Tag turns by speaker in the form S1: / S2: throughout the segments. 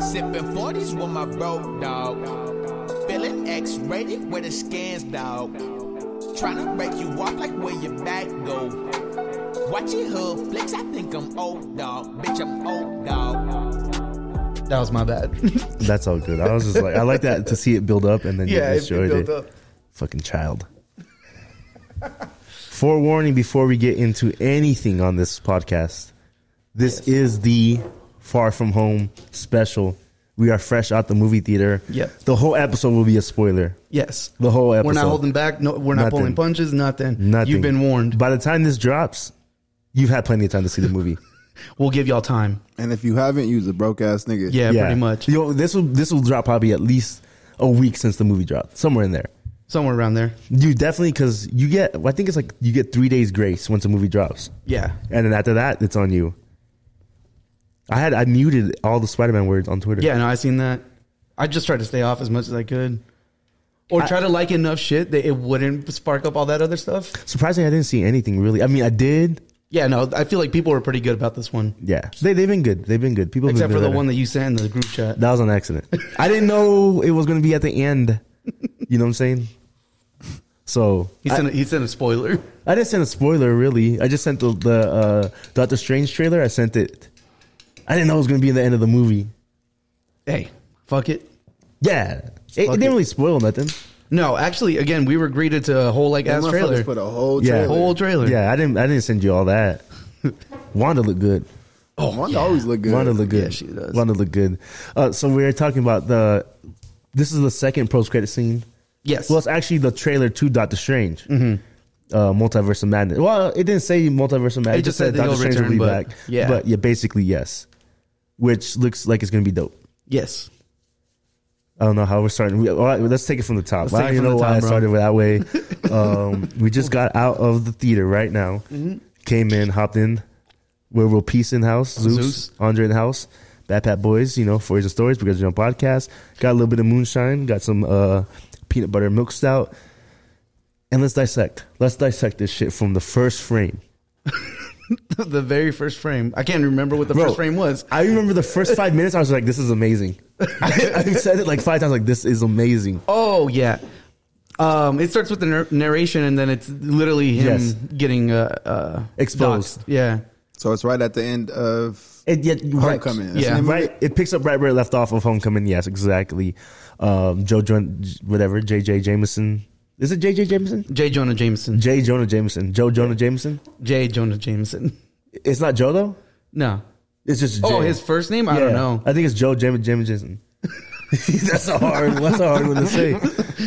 S1: Sipping 40s with my bro, dog. Feeling X rated with the scans, dog. Tryna break you off like where your back go. Watch your hood flicks, I think I'm old, dog. Bitch, I'm old, dog.
S2: That was my bad.
S3: That's all good. I was just like, I like that to see it build up and then
S2: yeah,
S3: you
S2: it, it
S3: destroyed
S2: built
S3: it.
S2: up.
S3: Fucking child. Forewarning before we get into anything on this podcast, this is the Far From Home special. We are fresh out the movie theater.
S2: Yep.
S3: The whole episode will be a spoiler.
S2: Yes.
S3: The whole episode.
S2: We're not holding back. No, we're not
S3: Nothing.
S2: pulling punches. Nothing.
S3: Nothing.
S2: You've been warned.
S3: By the time this drops, you've had plenty of time to see the movie.
S2: We'll give y'all time.
S4: And if you haven't, you's a broke ass nigga.
S2: Yeah, pretty much.
S3: You know, this will this will drop probably at least a week since the movie dropped, somewhere in there.
S2: Somewhere around there.
S3: You definitely because you get. I think it's like you get three days grace once a movie drops,
S2: Yeah.
S3: and then after that, it's on you. I had I muted all the Spider Man words on Twitter.
S2: Yeah, no, I seen that. I just tried to stay off as much as I could. Or try to like enough shit that it wouldn't spark up all that other stuff.
S3: surprisingly, I didn't see anything really. I mean, I did.
S2: Yeah, no, I feel like people were pretty good about this one.
S3: Yeah, they they've been good. They've been good. People have
S2: Except for
S3: been
S2: the
S3: doing better.
S2: one that you sent in the group chat.
S3: that was an accident. I didn't know it was going to be at the end. You know what I'm saying? So
S2: He
S3: I-
S2: sent, a, he sent a spoiler.
S3: I didn't send a spoiler really. I just sent the, the uh, Doctor Strange trailer. I sent it. I didn't know it was going to be in the end of the movie.
S2: Hey, fuck it.
S3: Yeah, it, it
S2: Fuck
S3: didn't
S2: it.
S3: really spoil nothing.
S2: No, actually, again, we were greeted to a whole like
S4: That
S2: ass trailer.
S4: motherfuckers put a whole
S3: Yeah.
S4: trailer.
S2: Whole trailer.
S3: Yeah, I didn't. I didn't send you all that. Wanda looked good.
S4: Oh, Wanda always look good.
S3: Wanda looked good.
S2: Yeah, she does.
S3: Wanda looked good. Uh, so we were talking about the. This is the second post credit scene.
S2: Yes.
S3: Well, it's actually the trailer to Doctor Strange.
S2: Mm-hmm.
S3: Uh, Multiverse of Madness. Well, it didn't say Multiverse of Madness. It, just said,
S2: that
S3: Doctor
S2: he'll
S3: Strange will
S2: return,
S3: be
S2: but-
S3: back.
S2: yeah.
S3: But yeah, basically yes, which looks like it's going to be dope.
S2: yes.
S3: I don't know how we're starting. We, all right, let's take it from the
S2: Let's
S3: top.
S2: take
S3: I
S2: it from
S3: don't even know
S2: the
S3: why I
S2: top, bro.
S3: started that way. Um, we just got out of the theater right now.
S2: Mm-hmm.
S3: Came in, hopped in. Werewolf Peace in house, Zeus,
S2: Zeus.
S3: Andre in house, Bad Pat Boys, you know, Stories and Stories because you're on podcast. Got a little bit of moonshine, got some uh, peanut butter milk stout. And let's dissect. Let's dissect this shit from the first frame.
S2: the very first frame. I can't remember what the
S3: Bro,
S2: first frame was.
S3: I remember the first five minutes, I was like, this is amazing. I, I said it like five times, like, this is amazing.
S2: Oh yeah. Um, it starts with the nar- narration, and then it's literally him
S3: Yes.
S2: getting uh, uh,
S3: Exposed.
S2: doxxed. Yeah,
S4: So it's right at the end of
S3: It, yet,
S4: Homecoming. That's
S2: Yeah.
S4: the name of
S3: right.
S4: it?
S3: It picks up right where it left off of Homecoming. Yes, exactly. Um, Joe, Jon- whatever. J.J. Jameson. Is it J.J. Jameson?
S2: J. Jonah Jameson.
S3: J. Jonah Jameson. Joe Jonah Jameson.
S2: J. Jonah Jameson.
S3: It's not Joe though.
S2: No.
S3: It's just.
S2: Oh,
S3: J. Uh,
S2: his first name? I don't know.
S3: I think it's Joe Jam- Jameson. that's a hard. That's a hard one to say.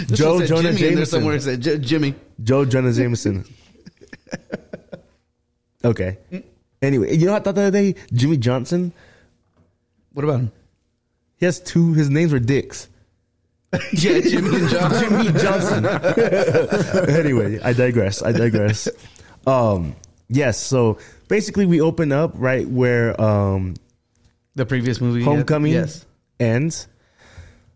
S3: Joe
S2: It said
S3: Jonah
S2: Jimmy in there
S3: Jameson.
S2: somewhere. It said J- Jimmy.
S3: Joe Jonah Jameson. okay. Anyway, you know what I thought the other day? Jimmy Johnson.
S2: What about him?
S3: He has two. His names were dicks.
S2: Yeah, Jimmy and John.
S3: Jimmy Johnson. anyway, I digress. I digress. Um, yes. So basically, we open up right where um,
S2: The previous movie. yeah.
S3: Homecoming
S2: Yes.
S3: ends.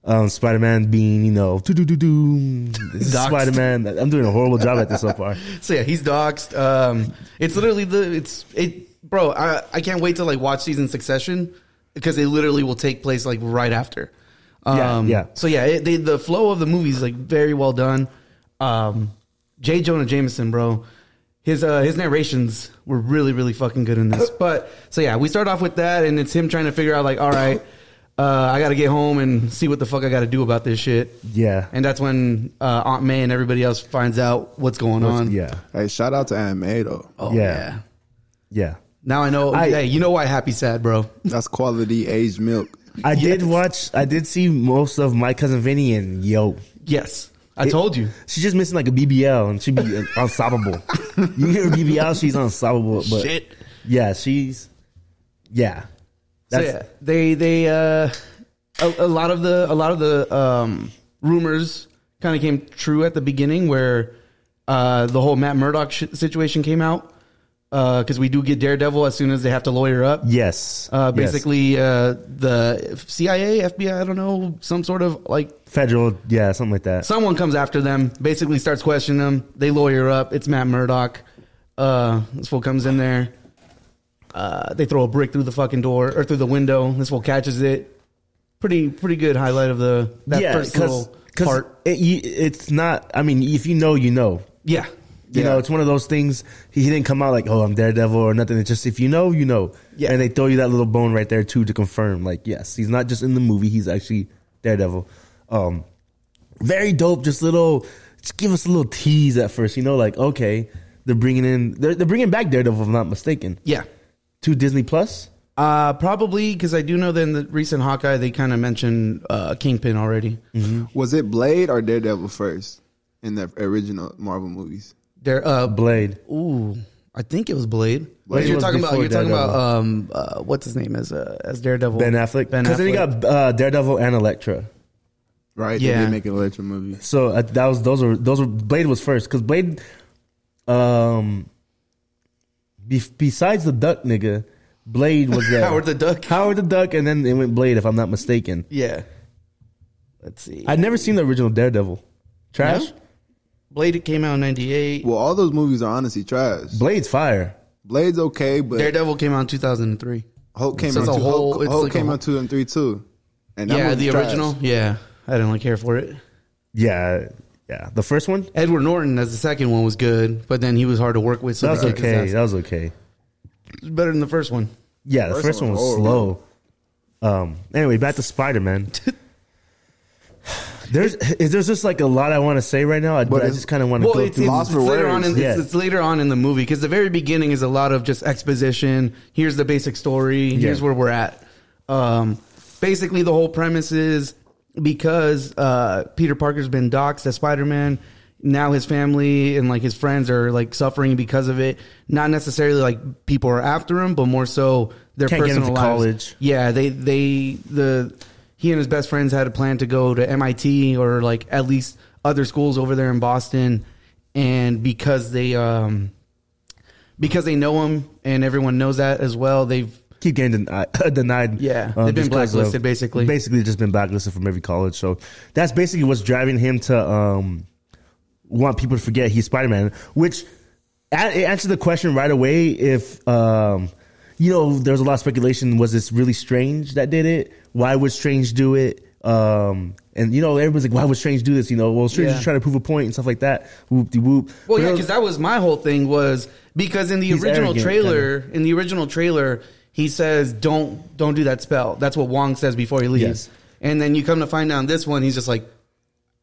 S3: Um, Spider Man being, you know, doo doo doo doo.
S2: Doxed.
S3: Spider Man. I'm doing a horrible job at this so far.
S2: So yeah, he's doxxed. Um, it's literally the it's it, bro. I I can't wait to like watch these in succession because they literally will take place like right after. Um,
S3: Yeah, yeah.
S2: So yeah, it, they, the flow of the movie is like very well done. Um, J. Jonah Jameson, bro. His uh, his narrations were really really fucking good in this. But so yeah, we start off with that, and it's him trying to figure out like, all right, uh, I got to get home and see what the fuck I got to do about this shit.
S3: Yeah.
S2: And that's when uh, Aunt May and everybody else finds out what's going on.
S3: Yeah.
S4: Hey, shout out to Aunt May though.
S2: Oh
S3: Yeah.
S2: yeah.
S3: Yeah.
S2: Now I know.
S3: I-
S2: hey, you know why Happy Sad, bro?
S4: That's quality aged milk.
S3: I did watch, I did see most of My Cousin Vinny and yo.
S2: Yes, I told you.
S3: She's just missing like a BBL and she'd be unstoppable. you hear BBL, she's unstoppable. But
S2: Shit.
S3: Yeah, she's. Yeah.
S2: So
S3: That's,
S2: yeah, they they uh, a, a lot of the a lot of the um rumors kind of came true at the beginning where uh the whole Matt Murdock sh- situation came out because we do get Daredevil as soon as they have to lawyer up.
S3: Yes.
S2: Uh,
S3: Yes.
S2: basically, uh, the CIA, FBI, I don't know, some sort of like
S3: Federal. Yeah, something like that.
S2: someone comes after them, basically starts questioning them. They lawyer up. It's Matt Murdock. Uh, this fool comes in there. Uh, they throw a brick through the fucking door or through the window. This fool catches it, pretty pretty good highlight of the that
S3: yeah,
S2: first little part.
S3: it, you- it's not. I mean, if you know, you know.
S2: Yeah,
S3: You
S4: Yeah.
S3: know, it's one of those things. He didn't come out like, "Oh, I'm Daredevil" or nothing. It's just if you know, you know.
S2: Yeah.
S3: And they throw you that little bone right there too to confirm. Like, yes, he's not just in the movie; he's actually Daredevil. Um, very dope. Just little, just give us a little tease at first. You know, like okay, they're bringing in, they're, they're bringing back Daredevil, if I'm not mistaken,
S2: yeah.
S3: to Disney Plus.
S2: Uh, probably because I do know that in the recent Hawkeye they kind of mentioned uh, Kingpin already.
S4: Was it Blade or Daredevil first in the original Marvel movies?
S2: There, uh,
S3: Blade.
S2: ooh, I think it was Blade.
S3: Blade
S2: you're
S3: was
S2: talking about
S3: before
S2: you're talking about
S3: Daredevil.
S2: um, uh, what's his name as uh, as Daredevil
S3: Ben Affleck.
S2: Ben
S3: Because then you
S2: Affleck.
S3: got uh, Daredevil and Elektra.
S4: Right?
S2: Yeah.
S4: They didn't make an Electro movie.
S3: So uh, that was those were those were Blade was first because Blade, um, be, besides the Duck nigga, Blade was there.
S2: Howard the Duck.
S3: Howard the Duck, and then it went Blade if I'm not mistaken.
S2: Yeah. Let's see.
S3: I'd never seen the original Daredevil. Trash.
S2: No? Blade it came out in '98.
S4: Well, all those movies are honestly trash.
S3: Blade's fire.
S4: Blade's okay, but
S2: Daredevil came out in 2003.
S4: Hulk came
S2: So
S4: out
S2: it's a
S4: two.
S2: whole-
S4: Hulk,
S2: it's
S4: Hulk
S2: like a
S4: came
S2: whole-
S4: out two and three too. And that
S2: yeah,
S4: movie's
S2: the
S4: trash.
S2: original. Yeah, I didn't really care for it.
S3: Yeah, yeah. The first one
S2: Edward Norton as the second one was good, but then he was hard to work with. So
S3: that was
S2: they kicked his
S3: okay.
S2: ass.
S3: That was okay.
S2: better than the first one.
S3: Yeah, the first,
S4: First
S3: one
S4: one
S3: was
S4: was
S3: slow. Um. Anyway, back to Spider Man. There's is there's just like a lot I want to say right now, I- but, I
S4: it's-
S3: just kind of want to
S2: Well,
S3: go
S2: it's,
S3: through.
S2: it's,
S4: Lost
S2: it's
S4: for
S2: later
S4: words.
S2: on. In, it's,
S3: Yeah.
S2: it's later on in the movie because the very beginning is a lot of just exposition. Here's the basic story. Here's
S3: Yeah.
S2: where we're at. Um, basically, the whole premise is because uh, Peter Parker's been doxxed as Spider Man. Now his family and like his friends are like suffering because of it. Not necessarily like people are after him, but more so their
S3: Can't get
S2: personal
S3: into
S2: lives.
S3: college.
S2: Yeah, they they the he and his best friends had a plan to go to MIT or like at least other schools over there in Boston, and because they um because they know him and everyone knows that as well, they've
S3: keep getting deni- denied. Uh,
S2: Yeah, they've been
S3: just 'cause
S2: blacklisted, basically.
S3: Basically, just been blacklisted from every college. So that's basically what's driving him to um, want people to forget he's Spider Man, which a- it answers the question right away. If um, you know, there's a lot of speculation. Was this really Strange that did it? Why would Strange do it? Um, and you know, everybody's like, "Why would Strange do this?" You know, well, Strange
S2: Yeah.
S3: is trying to prove a point and stuff like that. Whoop de whoop.
S2: Well, yeah, because that was my whole thing was because in the
S3: He's
S2: original
S3: arrogant,
S2: trailer, in the original trailer, he says, "Don't don't do that spell." That's what Wong says before he leaves.
S3: Yes.
S2: And then you come to find out in this one, he's just like,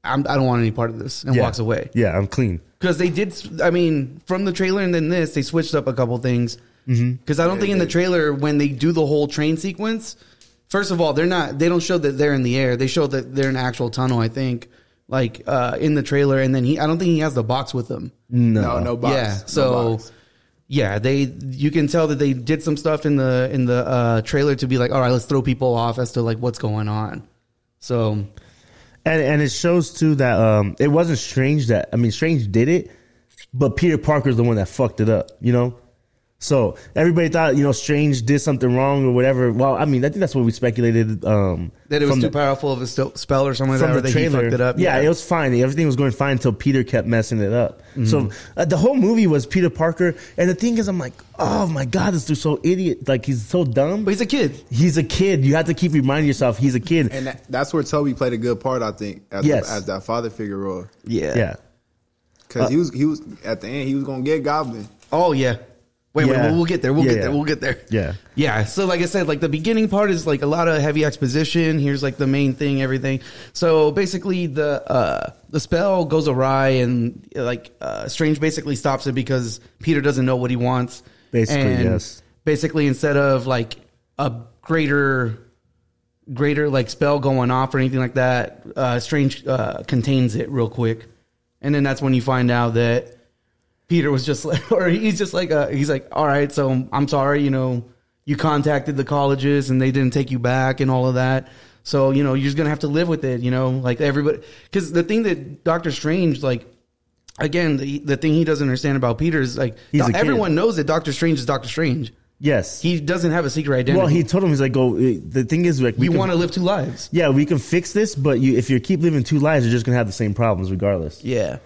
S2: I'm, "I don't want any part of this," and walks away.
S3: Yeah, I'm clean.
S2: because they did. s- I mean, from the trailer and then this, they switched up a couple things. Because
S3: Mm-hmm.
S2: I don't think in the trailer when they do the whole train sequence, first of all, they're not. They don't show that they're in the air. They show that they're in an actual tunnel. I think, like uh, in the trailer, and then he. I don't think he has the box with him.
S3: Mm.
S4: No, no box.
S2: Yeah.
S4: No
S2: So
S4: box.
S2: yeah, they you can tell that they did some stuff in the in the uh, trailer to be like, all right, let's throw people off as to like what's going on. So
S3: And and it shows too that um it wasn't strange that I mean Strange did it, but Peter Parker's the one that fucked it up, you know? So everybody thought, you know, Strange did something wrong or whatever. Well, I mean, I think that's what we speculated um
S2: that it was
S3: from
S2: too
S3: the-
S2: powerful of a st- spell or something like that,
S3: from
S2: or
S3: the
S2: that he
S3: trailer.
S2: fucked it up.
S3: Yeah, it was fine. Everything was going fine until Peter kept messing it up.
S2: Mm-hmm.
S3: So uh, the whole movie was Peter Parker. And the thing is, I'm like, oh my god, this dude's so idiot. Like he's so dumb.
S2: but he's a kid.
S3: He's a kid. You have to keep reminding yourself he's a kid.
S4: And that, that's where Toby played a good part, I think, as,
S3: Yes.
S4: as that father figure role.
S2: Yeah.
S3: yeah.
S2: Uh,
S4: Because he was he was at the end he was gonna get Goblin.
S2: Oh yeah. Wait,
S3: Yeah.
S2: wait, we'll, we'll get there. We'll
S3: Yeah,
S2: get there.
S3: yeah.
S2: We'll get there.
S3: Yeah.
S2: Yeah. So like I said, like the beginning part is like a lot of heavy exposition. Here's like the main thing, everything. So basically the uh the spell goes awry and like uh Strange basically stops it because Peter doesn't know what he wants.
S3: Basically,
S2: And
S3: yes.
S2: Basically instead of like a greater greater like spell going off or anything like that, uh Strange uh contains it real quick. And then that's when you find out that Peter was just like, or he's just like, uh, he's like, all right, so I'm sorry, you know, you contacted the colleges and they didn't take you back and all of that. So, you know, you're just going to have to live with it, you know, like everybody. Cause the thing that Doctor Strange, like, again, the, the thing he doesn't understand about Peter is like,
S3: He's a kid.
S2: everyone knows that Doctor Strange is Doctor Strange.
S3: Yes.
S2: He doesn't have a secret identity.
S3: Well, he told him he's like, "Go." The thing is, like, we
S2: you
S3: can-
S2: want to live two lives.
S3: yeah, we can fix this, but you, if you keep living two lives, you're just gonna have the same problems regardless.
S2: Yeah.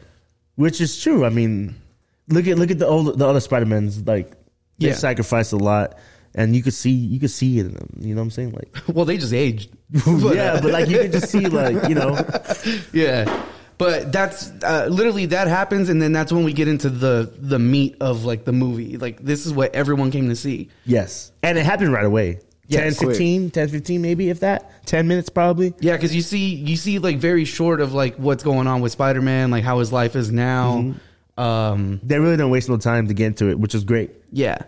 S3: Which is true. I mean, look at look at the old the other Spider Mans. Like, they
S2: Yeah.
S3: sacrificed a lot, and you could see you could see it in them. You know what I'm saying? Like
S2: Well, they just aged.
S3: yeah, but like you could just see like you know
S2: yeah but that's uh, literally that happens and then that's when we get into the the meat of like the movie like this is what everyone came to see
S3: yes, and it happened right away.
S2: Yes.
S3: 10, 15, 10, 15 maybe if that ten minutes probably.
S2: yeah because you see you see like very short of like what's going on with spider-man like how his life is now um
S3: They really don't waste no time to get into it, which is great.
S2: yeah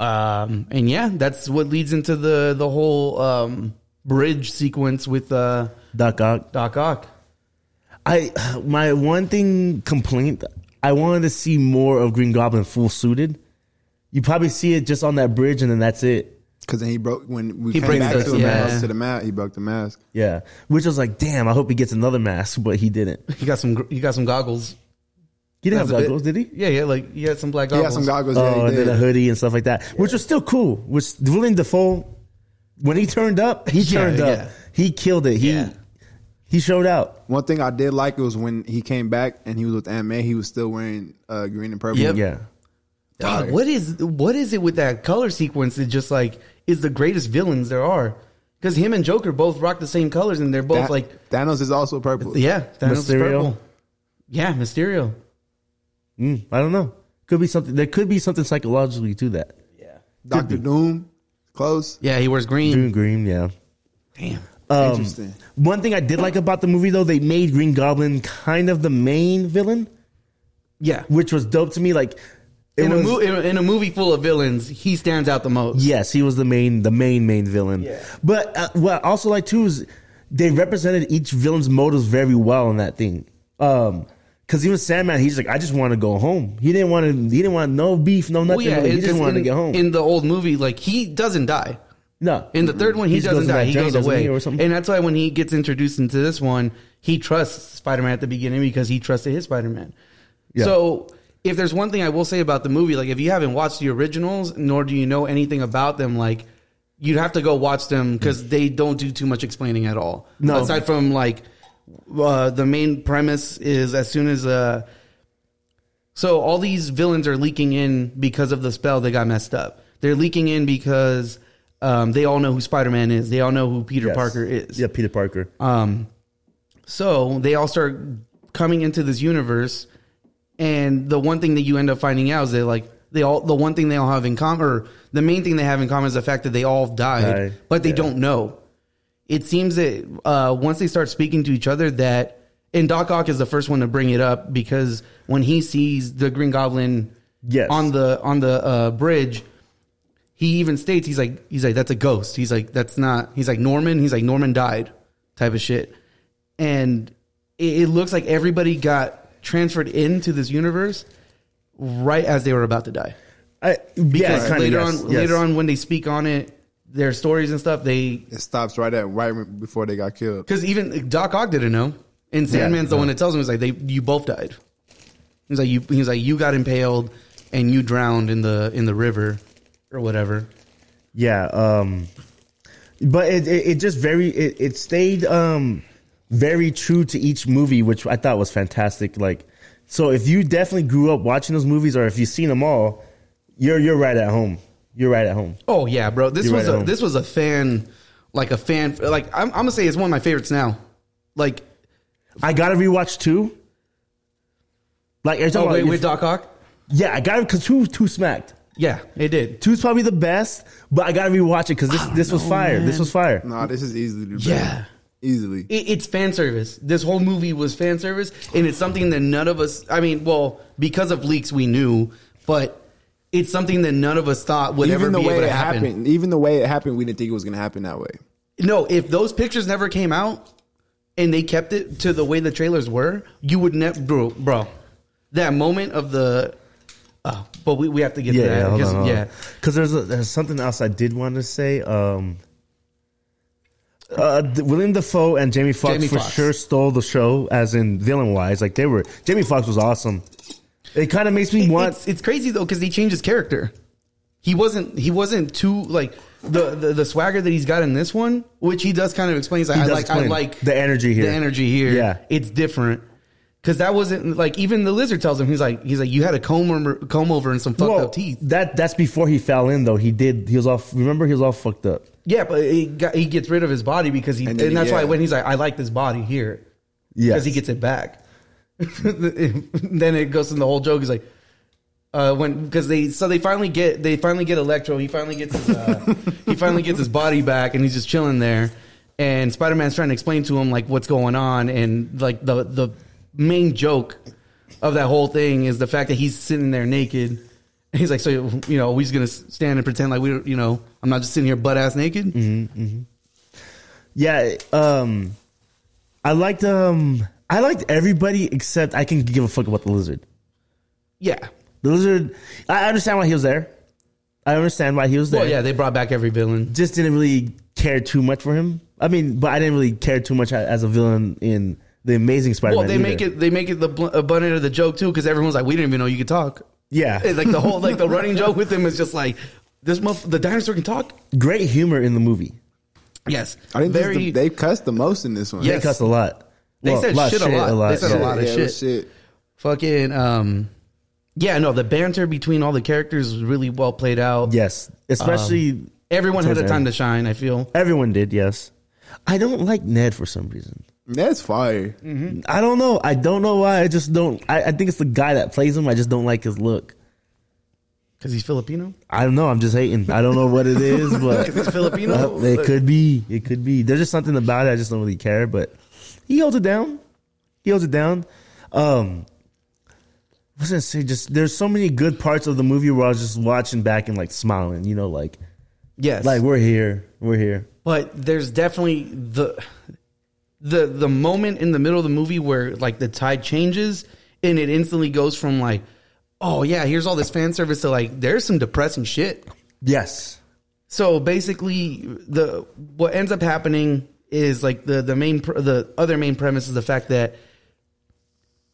S2: um and yeah that's what leads into the the whole um bridge sequence with uh
S3: Doc Ock.
S2: doc ock
S3: I my one thing complaint I wanted to see more of Green Goblin full suited. You probably see it just on that bridge and then that's it.
S4: Because then he broke when we
S2: He
S4: came
S2: breaks
S4: back
S2: the-
S4: to, him
S2: yeah.
S4: to the mask. He broke the mask.
S3: Yeah, which was like, damn. I hope he gets another mask, but he didn't.
S2: he got some gr- he got some goggles
S3: He didn't
S2: That's a
S3: have
S2: bit-
S3: goggles, did he?
S2: yeah yeah like he had some black
S4: He
S2: goggles
S4: had some goggles.
S3: Oh,
S4: yeah, he
S3: and
S4: did.
S3: then a hoodie and stuff like that, which was still cool. Which Willem Dafoe, when he turned up, he
S2: Yeah,
S3: turned up.
S2: yeah.
S3: He killed it. He
S2: Yeah.
S3: he showed out.
S4: One thing I did like was when he came back and he was with Aunt May. He was still wearing uh, green and purple.
S2: Yep.
S3: Yeah,
S2: Dog,
S4: Fire.
S2: what is what is it with that color sequence that just like is the greatest villains there are? Because him and Joker both rock the same colors and they're both
S4: Tha-
S2: like
S4: Thanos is also purple.
S2: yeah, Thanos is
S3: Mysterio?
S2: purple. Yeah, Mysterio.
S3: Mm, I don't know. Could be something. There could be something psychologically to that.
S2: Yeah.
S4: Doctor Doom, close.
S2: Yeah, he wears green.
S3: Green, green. Yeah.
S2: Damn.
S4: Interesting.
S3: One thing I did like about the movie though, they made Green Goblin kind of the main villain,
S2: Yeah.
S3: which was dope to me. Like it
S2: In a,
S3: was-
S2: mo- in, a, in a movie full of villains, he stands out the most.
S3: yes, he was the main, the main, main villain.
S2: Yeah.
S3: But uh, what I also like too is they represented each villain's motives very well in that thing. Um, because even Sandman, he's like, I just want to go home. He didn't want to. He didn't want no beef, no nothing.
S2: Well, Oh, yeah,
S3: really. he
S2: because
S3: just wanted to
S2: in-
S3: get home.
S2: In the old movie, like he doesn't die.
S3: no,
S2: In the third one, he,
S3: He just
S2: doesn't
S3: goes on
S2: die.
S3: that
S2: He
S3: journey,
S2: goes
S3: doesn't
S2: away.
S3: he, or something?
S2: and that's why when he gets introduced into this one, he trusts Spider Man at the beginning because he trusted his Spider Man.
S3: Yeah.
S2: So if there's one thing I will say about the movie, like if you haven't watched the originals, nor do you know anything about them, like you'd have to go watch them because they don't do too much explaining at all.
S3: Mm. No.
S2: Aside from like uh, the main premise is as soon as uh so all these villains are leaking in because of the spell that got messed up. They're leaking in because um, they all know who Spider Man is. They all know who Peter
S3: Yes.
S2: Parker is.
S3: Yeah, Peter Parker.
S2: Um, so they all start coming into this universe, and the one thing that you end up finding out is they like they all the one thing they all have in common, or the main thing they have in common is the fact that they all died,
S3: Died.
S2: but they
S3: Yeah.
S2: don't know. It seems that uh, once they start speaking to each other, that and Doc Ock is the first one to bring it up because when he sees the Green Goblin
S3: Yes.
S2: on the on the uh, bridge, he even states he's like he's like that's a ghost. He's like that's not. He's like Norman. He's like Norman died, type of shit. And it, it looks like everybody got transferred into this universe right as they were about to die.
S3: I,
S2: Because
S3: yeah, kinda,
S2: later
S3: yes,
S2: on,
S3: yes.
S2: later on when they speak on it, their stories and stuff, they
S4: It stops right at right when- before they got killed.
S2: because even Doc Ock didn't know, and Sandman's the
S3: no.
S2: one that tells him he's like they you both died. He's like you he's like you got impaled and you drowned in the in the river or whatever.
S3: Yeah, um but it it, it just very it, it stayed um very true to each movie, which I thought was fantastic. Like so if you definitely grew up watching those movies or if you've seen them all, you're you're right at home. You're right at home.
S2: Oh yeah, bro. This
S3: You're
S2: was
S3: right at
S2: a,
S3: home.
S2: this was a fan like a fan like I'm, I'm gonna say it's one of my favorites now. Like
S3: I gotta rewatch two. Like are you
S2: oh
S3: talking
S2: wait,
S3: about
S2: with Doc Ock.
S3: Yeah, I gotta cause two two smacked.
S2: Yeah, it did.
S3: Two's probably the best, but I gotta rewatch it because this
S2: Oh,
S3: this was fire. This was fire.
S4: Nah, this is easily the best.
S2: Yeah.
S4: easily.
S2: It, it's fan service. This whole movie was fan service, and it's something that none of us. I mean, well, because of leaks, we knew, but it's something that none of us thought would ever
S4: Even the
S2: be
S4: way
S2: able
S4: it
S2: to happen.
S4: happened, even the way it happened, we didn't think it was gonna happen that way.
S2: No, if those pictures never came out and they kept it to the way the trailers were, you would never, bro, bro. That moment of the, oh, but we, we have to get
S3: Yeah,
S2: to that.
S3: yeah, hold
S2: because-
S3: on, hold on.
S2: yeah.
S3: Because there's a, there's something else I did want to say. Um, uh, th- William Defoe and Jamie Foxx
S2: Jamie
S3: for
S2: Foxx.
S3: sure stole the show, as in villain wise. Like they were, Jamie Foxx was awesome. It kind of makes me want.
S2: It's, it's crazy though because they changed his character. He wasn't he wasn't too like the, the the swagger that he's got in this one, which he does kind of explains. Like,
S3: He
S2: I
S3: does
S2: like I
S3: explain
S2: like
S3: the energy here.
S2: The energy here.
S3: Yeah.
S2: it's different. Cause that wasn't like even the lizard tells him he's like he's like you had a comb over, comb over and some fucked
S3: Well,
S2: up teeth.
S3: That that's before he fell in though. He did. He was off. Remember, he was all fucked up.
S2: Yeah, but he got, he gets rid of his body because he
S4: And
S2: and,
S4: then he-
S2: that's why
S4: yeah.
S2: when he's like I like this body here
S3: Yeah,
S2: because he gets it back. then it goes in the whole joke. He's like uh, when because they so they finally get they finally get Electro. He finally gets his, uh, he finally gets his body back and he's just chilling there. And Spider Man's trying to explain to him like what's going on and like the the main joke of that whole thing is the fact that he's sitting there naked. And he's like, so you know, we're just gonna stand and pretend like we're you know, I'm not just sitting here butt ass naked.
S3: yeah. Um, I liked um, I liked everybody except I can give a fuck about the lizard.
S2: Yeah.
S3: The lizard. I understand why he was there. I understand why he was there.
S2: Well, yeah, they brought back every villain.
S3: just didn't really care too much for him. I mean, but I didn't really care too much as a villain in the Amazing Spider-Man.
S2: Well, they
S3: either.
S2: make it they make it the bl- abundant of the joke too, because everyone's like, we didn't even know you could talk.
S3: Yeah,
S2: It's like the whole like the running joke with him is just like this. Muff, the dinosaur can talk.
S3: great humor in the movie.
S2: Yes,
S4: I think this is
S2: very.
S4: the,
S2: they,
S4: they cussed the most in this one.
S3: They
S2: Yes.
S3: cuss a lot.
S2: They said shit a lot. They said a
S3: yeah.
S2: lot of
S4: yeah, it was
S2: shit. fucking um, yeah, no, the banter between all the characters was really well played out.
S3: Yes, especially
S2: Um, everyone had a
S3: Towards
S2: time
S3: the
S2: to shine. I feel.
S3: everyone did. Yes, I don't like Ned for some reason.
S4: That's fire.
S3: I don't know. I don't know why. I just don't. I, I think it's the guy that plays him. I just don't like his look.
S2: Because he's Filipino.
S3: I don't know. I'm just hating. I don't know what it is, but
S2: He's Filipino.
S3: Uh, it could be. It could be. There's just something about it. I just don't really care. But he holds it down. He holds it down. Um, I was gonna say just there's so many good parts of the movie where I was just watching back and like smiling. You know, like
S2: yes.
S3: like we're here. We're here.
S2: but there's definitely the the the moment in the middle of the movie where like the tide changes and it instantly goes from like oh yeah here's all this fan service to like there's some depressing shit
S3: Yes.
S2: so basically the what ends up happening is like the the main pr- the other main premise is the fact that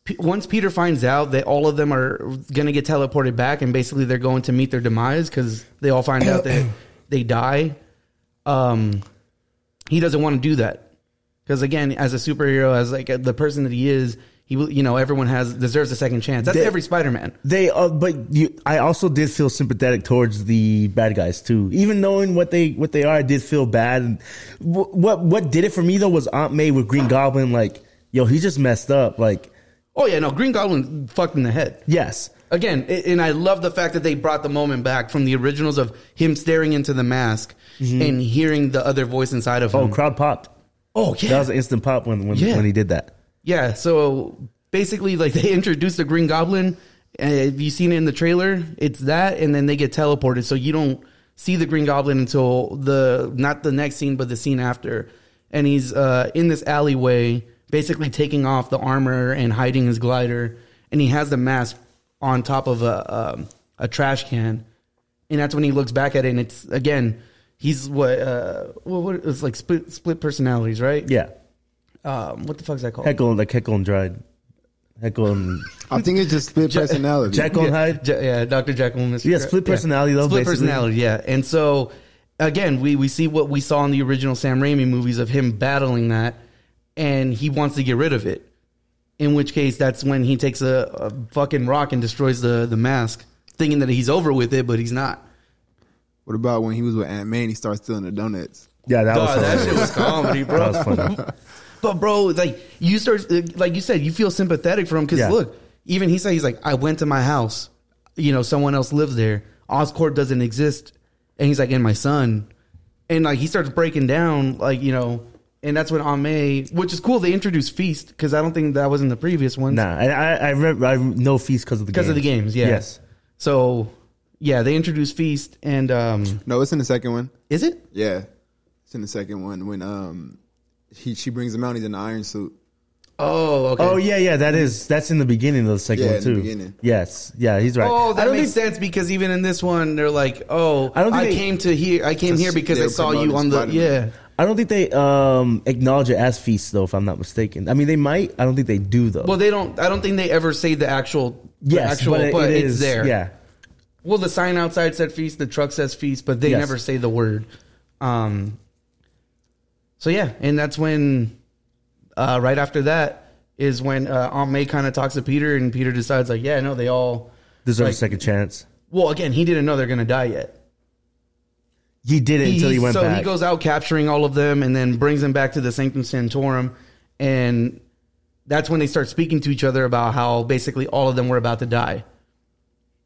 S2: P- once Peter finds out that all of them are going to get teleported back and basically they're going to meet their demise because they all find out that they die, um, he doesn't want to do that. Because again, as a superhero, as like the person that he is, he will, you know, everyone has deserves a second chance. That's
S3: They-
S2: every Spider-Man.
S3: They, uh, but you, I also did feel sympathetic towards the bad guys too. Even knowing what they what they are, I did feel bad. And wh- what what did it for me though was Aunt May with Green Goblin. Like, yo, he just messed up. Like,
S2: Oh yeah, no, Green Goblin fucked in the head.
S3: yes,
S2: again a- and i love the fact that they brought the moment back from the originals of him staring into the mask and hearing the other voice inside of him
S3: oh, crowd popped.
S2: oh
S3: That
S2: yeah
S3: was an instant pop when when,
S2: Mm. Yeah.
S3: when he did that.
S2: yeah so basically like they introduced the green goblin and if you've seen it in the trailer it's that and then they get teleported so you don't see the green goblin until the not the next scene but the scene after and he's uh, in this alleyway basically taking off the armor and hiding his glider and he has the mask on top of a um, a trash can and that's when he looks back at it and it's again he's what uh what, what it's like split split personalities right
S3: Yeah,
S2: um what the fuck's that called
S3: heckle like heckle and dried, heckle and
S2: Mm.
S4: I think it's just split personality.
S3: Jack on
S2: yeah,
S3: Hyde.
S2: Ja- yeah, Dr. Jekyll and Mr.
S3: Yeah,
S2: Dr-
S3: split personality, though,
S2: Split
S3: basically.
S2: personality, yeah. And so, again, we, we see what we saw in the original Sam Raimi movies of him battling that, and he wants to get rid of it. In which case, that's when he takes a, a fucking rock and destroys the, the mask, thinking that he's over with it, but he's not.
S4: What about when he was with Aunt May and he starts stealing the donuts?
S3: Yeah, that was
S2: Dog, Oh, that
S3: hilarious.
S2: shit was comedy, bro.
S3: that was funny.
S2: But bro, like you start, like you said, you feel sympathetic for him because
S3: Yeah.
S2: look, even he said he's like, I went to my house, you know, someone else lives there. Oscorp doesn't exist, and he's like, and my son, and like he starts breaking down, like you know, and that's when Ame, which is cool, they introduced Feast because I don't think that was in the previous ones
S3: Nah, and I I, re- I know feast because of the
S2: because of the games, yeah.
S3: Yes,
S2: So yeah, they introduced Feast, and um
S4: No, it's in the second one.
S2: is it?
S4: Yeah, it's in the second one when um he she brings him out. He's in the iron suit.
S2: Oh, okay.
S3: Oh yeah, yeah, that is that's in the beginning of the second
S4: Yeah,
S3: one
S4: in the
S3: too.
S4: beginning.
S3: Yes, yeah, he's right.
S2: Oh,
S3: I
S2: that
S3: don't
S2: makes
S3: think,
S2: sense because even in this one, they're like, "Oh, I,
S3: I don't think they-
S2: came to here. I came here because I
S4: They're
S2: saw you
S4: promoting
S2: on the
S4: Spider-Man.
S2: yeah."
S3: I don't think they um acknowledge it as feast though, if I'm not mistaken. I mean, they might. I don't think they do though.
S2: Well, they don't. I don't think they ever say the actual. the
S3: yes,
S2: actual, but,
S3: it- it
S2: it's
S3: is-
S2: there.
S3: Yeah,
S2: Well, the sign outside said feast. The truck says feast, but they
S3: Yes.
S2: never say the word. Um. So yeah, and that's when, uh, right after that, is when uh, Aunt May kind of talks to Peter, and Peter decides like, yeah, no, they all.
S3: Deserve
S2: Like-
S3: a second chance.
S2: Well, again, he didn't know they're gonna die yet.
S3: He did it until he went
S2: so
S3: back.
S2: he goes out capturing all of them, and then brings them back to the Sanctum Sanctorum, and that's when they start speaking to each other about how basically all of them were about to die.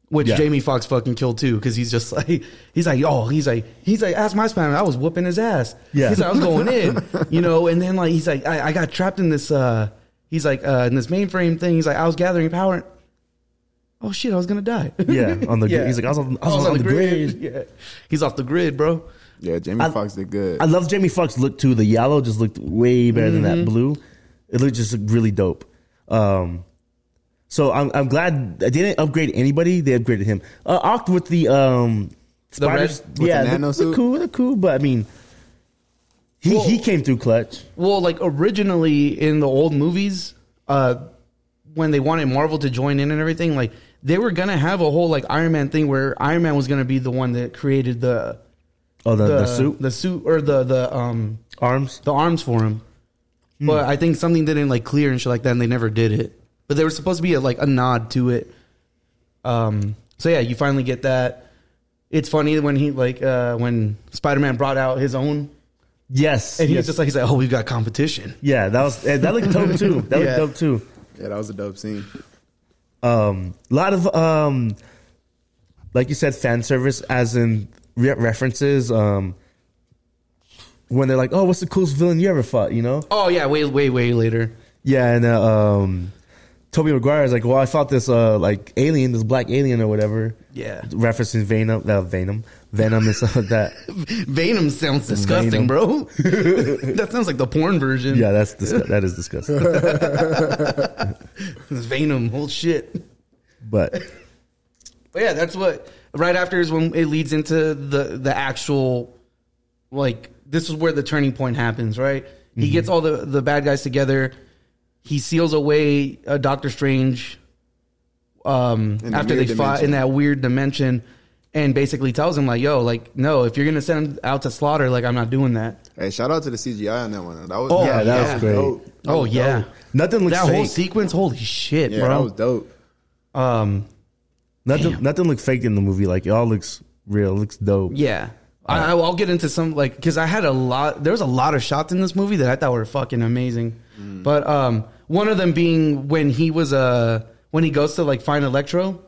S2: Which
S3: Yeah.
S2: Jamie Foxx fucking killed too, because he's just like he's like, oh, he's like he's like, ask my spam, I was whooping his ass.
S3: Yeah.
S2: He's like, I was going in. You know, and then like he's like, I, I got trapped in this uh he's like uh in this mainframe thing. He's like, I was gathering power. Oh shit, I was gonna die.
S3: yeah, on the grid. He's like, I was on, I was on the grid.
S2: Yeah. He's off the grid, bro.
S4: Yeah, Jamie Foxx did good.
S3: I love Jamie Foxx look too. The yellow just looked way better than
S2: Mm-hmm.
S3: that blue. It looked just really dope. Um, so I'm I'm glad they didn't upgrade anybody. They upgraded him. Uh, Oct with the um,
S2: The red-
S3: spiders-
S2: with
S4: the
S3: yeah,
S4: nano
S3: look- look
S4: suit?
S3: cool, look cool. But I mean, he he
S2: Well-
S3: came through clutch.
S2: Well, like originally in the old movies, uh, when they wanted Marvel to join in and everything, like they were gonna have a whole like Iron Man thing where Iron Man was gonna be the one that created the
S3: Oh, the,
S2: the,
S3: the, suit
S2: the suit or the the um
S3: arms.
S2: the arms for him.
S3: Hmm.
S2: But I think something didn't like clear and shit like that, and they never did it. But they were supposed to be a, like a nod to it. Um. So yeah, you finally get that. It's funny when he like uh, when Spider Man brought out his own,
S3: Yes,
S2: and he
S3: yes.
S2: was just like he's like, oh, we've got competition.
S3: yeah. That was eh, that looked dope too. That
S2: Yeah.
S3: looked dope too.
S4: Yeah, that was a dope scene.
S3: um a lot of um like you said fan service as in re- references um when they're like oh what's the coolest villain you ever fought you know
S2: Oh yeah, way way way later.
S3: yeah and uh, um toby mcguire is like well i fought this uh like alien this black alien or whatever
S2: Yeah.
S3: referencing venom uh, venom venom and stuff like that
S2: Venom sounds disgusting,
S3: Venom.
S2: bro. that sounds like the porn version.
S3: yeah that's disgu- that is disgusting
S2: It's Venom, whole shit.
S3: but
S2: But yeah, that's what right after is when it leads into the the actual like this is where the turning point happens, right? He gets all the the bad guys together. He seals away uh, Doctor Strange um
S4: In the
S2: after they
S4: weird
S2: fought
S4: dimension.
S2: in that weird dimension and basically tells him like, "Yo, like no, if you're going to send him out to slaughter, like I'm not doing that."
S4: Hey, shout out to the CGI on that one. That was
S2: Oh, Yeah, that was
S3: great.
S4: dope. That
S2: Oh
S4: was
S2: yeah.
S4: dope.
S3: nothing looks
S2: That whole
S3: fake
S2: sequence, holy shit,
S4: yeah,
S2: bro.
S4: that was dope.
S2: Um,
S3: nothing nothing looked fake in the movie like it all looks real looks dope
S2: yeah. I, I'll get into some like because I had a lot. There was a lot of shots in this movie that I thought were fucking amazing, but um, one of them being when he was uh when he goes to like find Electro,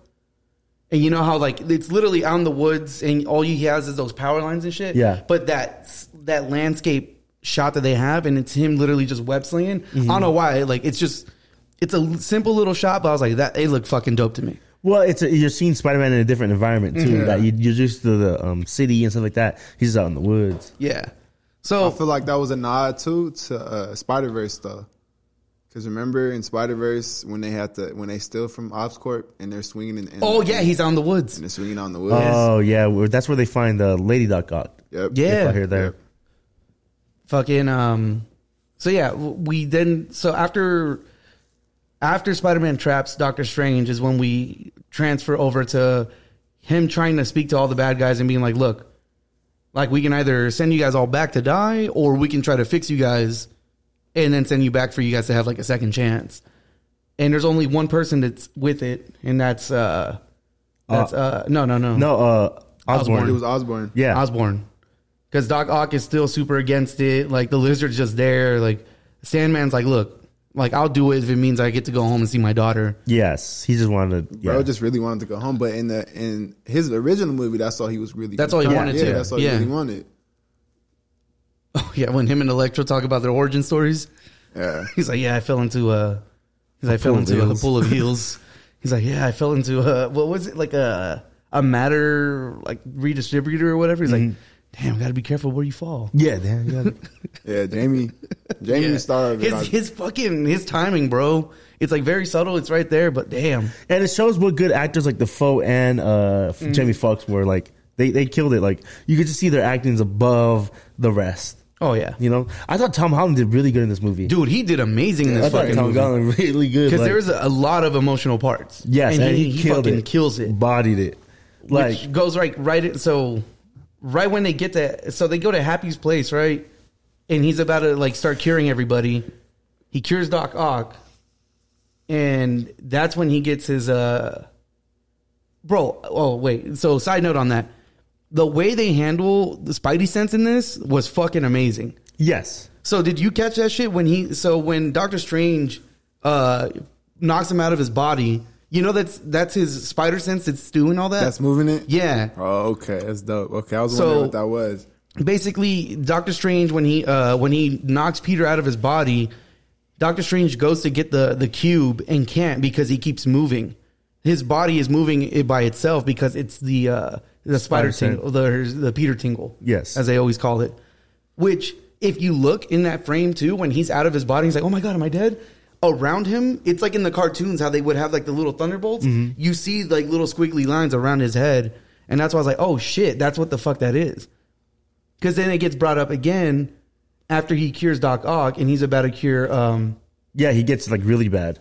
S2: and you know how like it's literally out in the woods and all he has is those power lines and shit.
S3: Yeah.
S2: But that that landscape shot that they have and it's him literally just web slinging. I don't know why. Like it's just it's a simple little shot, but I was like that. It looked fucking dope to me.
S3: Well, it's a, you're seeing Spider-Man in a different environment too.
S2: Mm-hmm.
S3: That you, you're used to the um, city and stuff like that. He's just out in the woods.
S2: Yeah. So
S4: I feel like that was a nod too to uh, Spider Verse though, because remember in Spider Verse when they had to when they steal from OpsCorp and they're swinging in, in
S2: Oh yeah, he's on the woods.
S4: and they're swinging on the woods.
S3: Oh yeah, where- that's where they find the Lady Doc Ock.
S4: Yep.
S2: Yeah.
S3: right here there.
S4: Yep.
S2: Fucking um. So yeah, w- we then so after after Spider Man traps Doctor Strange is when we transfer over to him trying to speak to all the bad guys and being like, look, like we can either send you guys all back to die or we can try to fix you guys and then send you back for you guys to have like a second chance. And there's only one person that's with it, and that's uh, that's uh, no, no, no,
S3: No, uh, Osborn.
S2: Osborn.
S4: It was Osborne.
S3: Yeah,
S2: Osborne. Because Doc Ock is still super against it. Like the lizard's just there. Like Sandman's like, look, like I'll do it if it means I get to go home and see my daughter.
S3: yes, he just wanted. To, yeah.
S4: Bro just really wanted to go home, but in the in his original movie, that's all he was really.
S2: That's all he
S4: concerned-
S2: wanted
S4: Yeah,
S2: to.
S4: that's all
S2: Yeah.
S4: he really wanted.
S2: Oh yeah, when him and Electro talk about their origin stories,
S4: Yeah,
S2: he's like, yeah, I fell into uh, he's like, I fell
S3: pool of
S2: into uh, the
S3: heels."
S2: pool of heels. he's like, yeah, I fell into uh, what was it like a a matter like redistributor or whatever. He's like,
S3: Mm-hmm.
S2: damn, gotta be careful where you fall.
S3: yeah, damn, yeah.
S4: yeah. Jamie, Jamie
S2: Yeah.
S4: started.
S2: His his fucking his timing, bro. It's like very subtle. It's right there, but damn.
S3: and it shows what good actors like Defoe and uh, F-
S2: Mm-hmm.
S3: Jamie Foxx were. Like they they killed it. Like you could just see their acting's above the rest.
S2: Oh yeah.
S3: You know, I thought Tom Holland did really good in this movie.
S2: Dude, he did amazing in
S3: I
S2: this
S3: thought
S2: fucking
S3: Tom
S2: movie.
S3: Holland really good
S2: Because
S3: like-
S2: there's a, a lot of emotional parts.
S3: Yes,
S2: and, he, he
S3: killed
S2: fucking
S3: it.
S2: kills it.
S3: Bodied it. Like
S2: which goes like right. at- So right when they get to, so they go to Happy's place, right? And he's about to like start curing everybody. He cures Doc Ock, and that's when he gets his uh bro oh wait so side note on that the way they handle the spidey sense in this was fucking amazing
S3: Yes.
S2: so did you catch that shit when he so when Doctor Strange uh knocks him out of his body, you know that's that's his spider sense that's doing all that?
S4: That's moving it.
S2: Yeah.
S4: Oh, okay, that's dope. Okay, I was
S2: So-
S4: wondering what that was.
S2: Basically Doctor Strange when he uh when he knocks Peter out of his body, Doctor Strange goes to get the the cube and can't because he keeps moving. His body is moving it by itself because it's the uh the spider,
S3: Spider sense.
S2: tingle the the Peter tingle.
S3: Yes.
S2: As they always call it. Which, if you look in that frame too, when he's out of his body, he's like, "Oh my god, am I dead?" Around him, it's like in the cartoons how they would have like the little thunderbolts. You see like little squiggly lines around his head, and that's why I was like, "Oh shit, that's what the fuck that is." Because then it gets brought up again after he cures Doc Ock, and he's about to cure. Um,
S3: Yeah, he gets like really bad.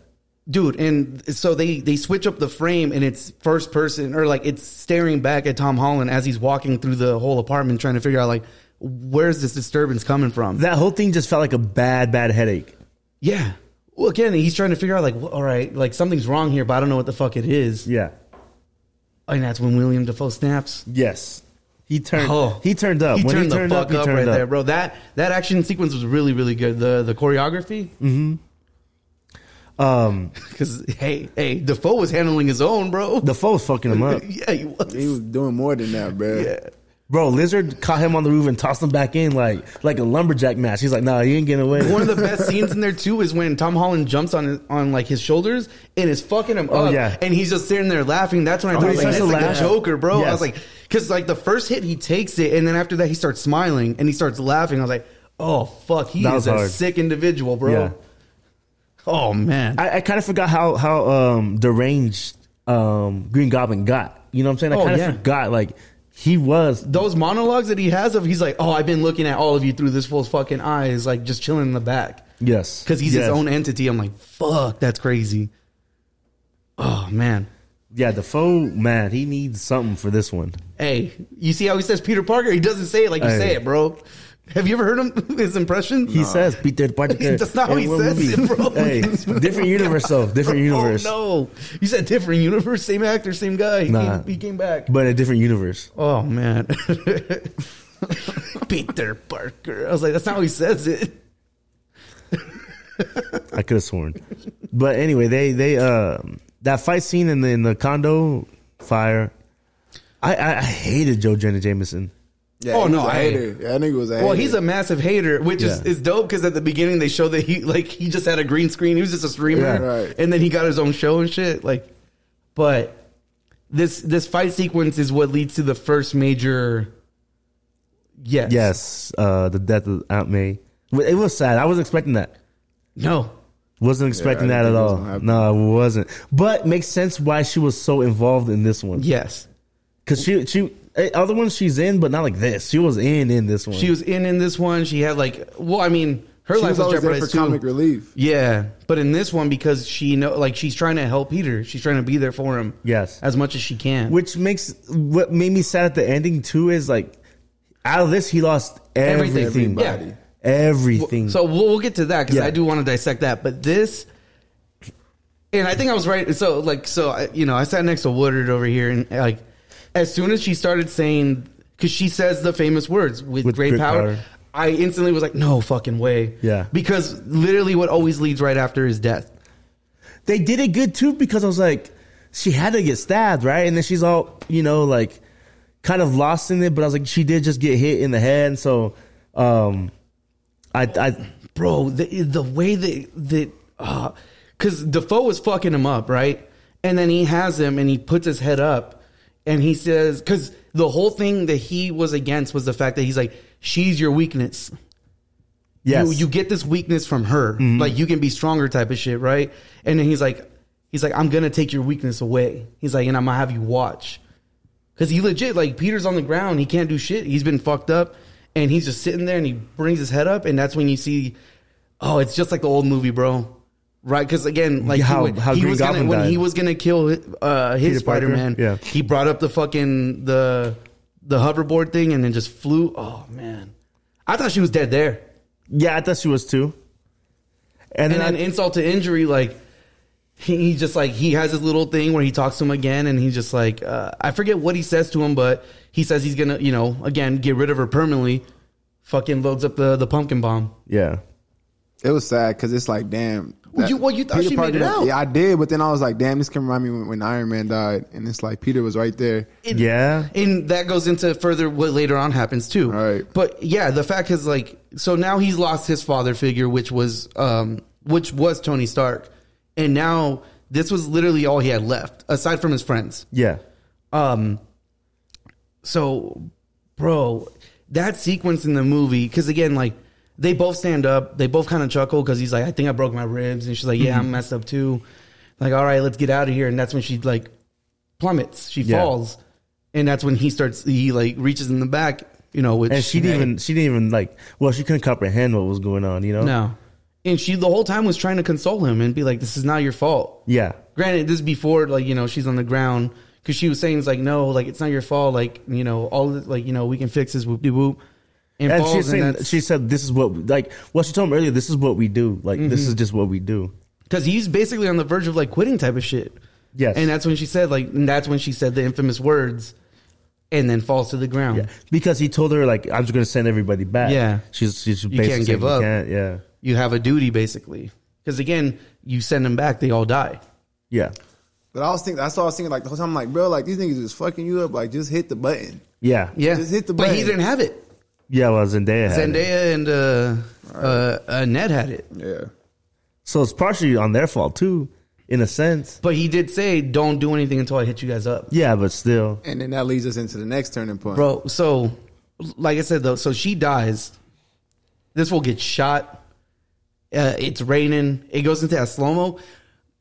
S2: dude and so they they switch up the frame and it's first person or like it's staring back at tom holland as he's walking through the whole apartment trying to figure out like where's this disturbance coming from
S3: That whole thing just felt like a bad, bad headache.
S2: yeah well again he's trying to figure out like well, all right like something's wrong here but i don't know what the fuck it is
S3: Yeah.
S2: and that's when william defoe snaps
S3: Yes. He turned.
S2: Oh.
S3: He turned up.
S2: he
S3: when
S2: turned,
S3: he turned
S2: the
S3: up,
S2: fuck
S3: he
S2: up,
S3: turned
S2: right
S3: up.
S2: there bro that that action sequence was really really good the the choreography
S3: Mm. Um,
S2: because hey hey defoe was handling his own bro
S3: the foe's fucking him up,
S2: yeah he was
S4: He was doing more than that, bro.
S2: yeah
S3: bro. Lizard caught him on the roof and tossed him back in like like a lumberjack match. He's like, "Nah, you ain't getting away."
S2: One of the best scenes in there too is when Tom Holland jumps on his, on like his shoulders and is fucking him
S3: Oh,
S2: up,
S3: yeah.
S2: and he's just sitting there laughing. That's when I
S3: Oh,
S2: thought
S3: he
S2: like, that's
S3: starts to
S2: like
S3: laugh.
S2: a Joker, bro. I
S3: Yes.
S2: was like, because like the first hit he takes it, and then after that he starts smiling and he starts laughing. I was like, oh fuck, he
S3: That
S2: is
S3: was
S2: a
S3: hard.
S2: sick individual, bro.
S3: Yeah.
S2: Oh man,
S3: I, I kind of forgot how how um, deranged um, Green Goblin got. You know what I'm saying? I
S2: Oh,
S3: kind of
S2: yeah.
S3: forgot like he was.
S2: those monologues that he has of he's like, oh, I've been looking at all of you through this fool's fucking eyes, like just chilling in the back.
S3: Yes,
S2: Because he's
S3: Yes.
S2: his own entity. I'm like, fuck, that's crazy. Oh, man.
S3: Yeah, the foe man. He needs something for this one.
S2: Hey, you see how he says Peter Parker? He doesn't say it like you
S3: Hey.
S2: say it, bro. Have you ever heard him his impression?
S3: He says Peter Parker.
S2: That's not how
S3: in
S2: he
S3: one
S2: says it, bro.
S3: Hey, different universe though. Different universe.
S2: Oh no, you said different universe, same actor, same guy. He,
S3: Nah.
S2: came, he came back.
S3: But a different universe.
S2: Oh man, Peter Parker. I was like, that's not how he says it.
S3: I could have sworn. But anyway, they they uh, that fight scene in the in the condo fire. I I, I hated Joe Jenna Jameson.
S4: Yeah,
S2: Oh,
S4: he
S2: no,
S4: was a
S2: I-
S4: hater. Yeah, that nigga was a hater.
S2: Well, he's a massive hater, which is,
S3: Yeah.
S2: is dope because at the beginning they show that he like he just had a green screen. He was just a streamer,
S3: Yeah.
S4: Right.
S2: and then he got his own show and shit. Like, but this this fight sequence is what leads to the first major. Yes.
S3: Yes, uh, the death of Aunt May. But It was sad. I was expecting that.
S2: No.
S3: Wasn't expecting
S4: Yeah, I
S3: that at
S4: didn't think it was
S3: all.
S4: gonna happen.
S3: No, I wasn't. But makes sense why she was so involved in this one.
S2: Yes.
S3: because she she eh, other ones she's in, but not like this. She was in in this one.
S2: She was in in this one. She had like, well, I mean, her
S4: she
S2: life
S4: was
S2: was,
S4: always there for
S2: jeopardized too.
S4: comic relief.
S2: Yeah, but in this one because she know like she's trying to help Peter. She's trying to be there for him.
S3: Yes.
S2: As much as she can.
S3: which makes what made me sad at the ending too is like out of this he lost
S2: Everything.
S3: everything.
S2: Everybody. Yeah.
S3: Everything.
S2: So we'll, we'll get to that because
S3: Yeah.
S2: I do want to dissect that. But this, and I think I was right. So like, so I, you know, I sat next to Woodard over here, and like, as soon as she started saying, because she says the famous words with,
S3: With
S2: great,
S3: great
S2: power.
S3: power.
S2: I instantly was like, no fucking way.
S3: Yeah.
S2: Because literally what always leads right after is death.
S3: they did it good too because I was like, she had to get stabbed, right? And then she's all, you know, like kind of lost in it, but I was like, she did just get hit in the head. And so, um, I, I,
S2: bro, the the way that that because Defoe was fucking him up, right? And then he has him, and he puts his head up, and he says, because the whole thing that he was against was the fact that he's like, she's your weakness.
S3: yes, Mm-hmm.
S2: You, you get this weakness from her, like you can be stronger, type of shit, right? And then he's like, he's like, I'm gonna take your weakness away. He's like, and I'm gonna have you watch. Cause he legit like Peter's on the ground, he can't do shit. He's been fucked up, and he's just sitting there, and he brings his head up, and that's when you see, oh, it's just like the old movie, bro, right? Because again, like
S3: How-
S2: he, would-
S3: how
S2: he
S3: Green
S2: was gonna,
S3: Goblin
S2: when
S3: died.
S2: he was gonna kill uh, his
S3: Peter Parker?
S2: Spider Man,
S3: Yeah.
S2: he brought up the fucking the the hoverboard thing, and then just flew. Oh man, I thought she was dead there.
S3: yeah, I thought she was too. And,
S2: And
S3: then,
S2: then
S3: I,
S2: insult to injury, like he, he just like he has his little thing where he talks to him again, and he's just like uh, I forget what he says to him, but he says he's gonna you know again get rid of her permanently. Fucking loads up the the pumpkin bomb.
S3: Yeah.
S4: It was sad because it's like, damn.
S2: Well, you- well, you thought she made it out.
S4: Yeah, I did, but then I was like, damn, this can remind me when, when Iron Man died, and it's like Peter was right there.
S2: It-
S3: Yeah.
S2: and that goes into further what later on happens too.
S4: Right.
S2: But yeah, the fact is like so now he's lost his father figure, which was um which was Tony Stark, and now this was literally all he had left aside from his friends.
S3: Yeah.
S2: Um. So, bro, that sequence in the movie because again, like they both stand up, they both kind of chuckle because he's like, "I think I broke my ribs," and she's like, "Yeah, I'm
S3: Mm-hmm.
S2: messed up too." Like, all right, let's get out of here, and that's when she like plummets, she
S3: Yeah.
S2: falls, and that's when he starts. He like reaches in the back, you know, which
S3: And she didn't even she didn't even like well, she couldn't comprehend what was going on, you know?
S2: no, and she the whole time was trying to console him and be like, "This is not your fault."
S3: Yeah.
S2: granted this is before like you know she's on the ground because she was saying it's like no like it's not your fault like you know all the- like you know we can fix this whoop de whoop and,
S3: And
S2: falls
S3: she's saying
S2: and
S3: she said this is what like well she told him earlier, this is what we do. Like
S2: Mm-hmm.
S3: this is just what we do.
S2: because he's basically on the verge of like quitting type of shit
S3: Yes.
S2: and that's when she said like and that's when she said the infamous words and then falls to the ground
S3: Yeah. Because he told her like I'm just gonna send everybody back.
S2: Yeah.
S3: She's she's basically
S2: can't give
S3: saying, "You
S2: up."
S3: can't," yeah.
S2: you have a duty basically because again you send them back they all die
S3: Yeah.
S4: But I was thinking, that's all I was thinking, like, the whole time, I'm like, bro, like, these niggas is fucking you up. Like, just hit the button.
S3: Yeah.
S2: yeah
S4: Just hit the
S2: but he
S4: button.
S2: didn't have it
S3: Yeah, well Zendaya had it.
S2: Zendaya and uh, uh, uh, Ned had it
S4: Yeah.
S3: So it's partially on their fault too, in a sense.
S2: but he did say don't do anything until I hit you guys up
S3: Yeah, but still.
S4: And then that leads us into the next turning point.
S2: bro. So, like I said though, so she dies. This will get shot. Uh, it's raining. It goes into that slow mo,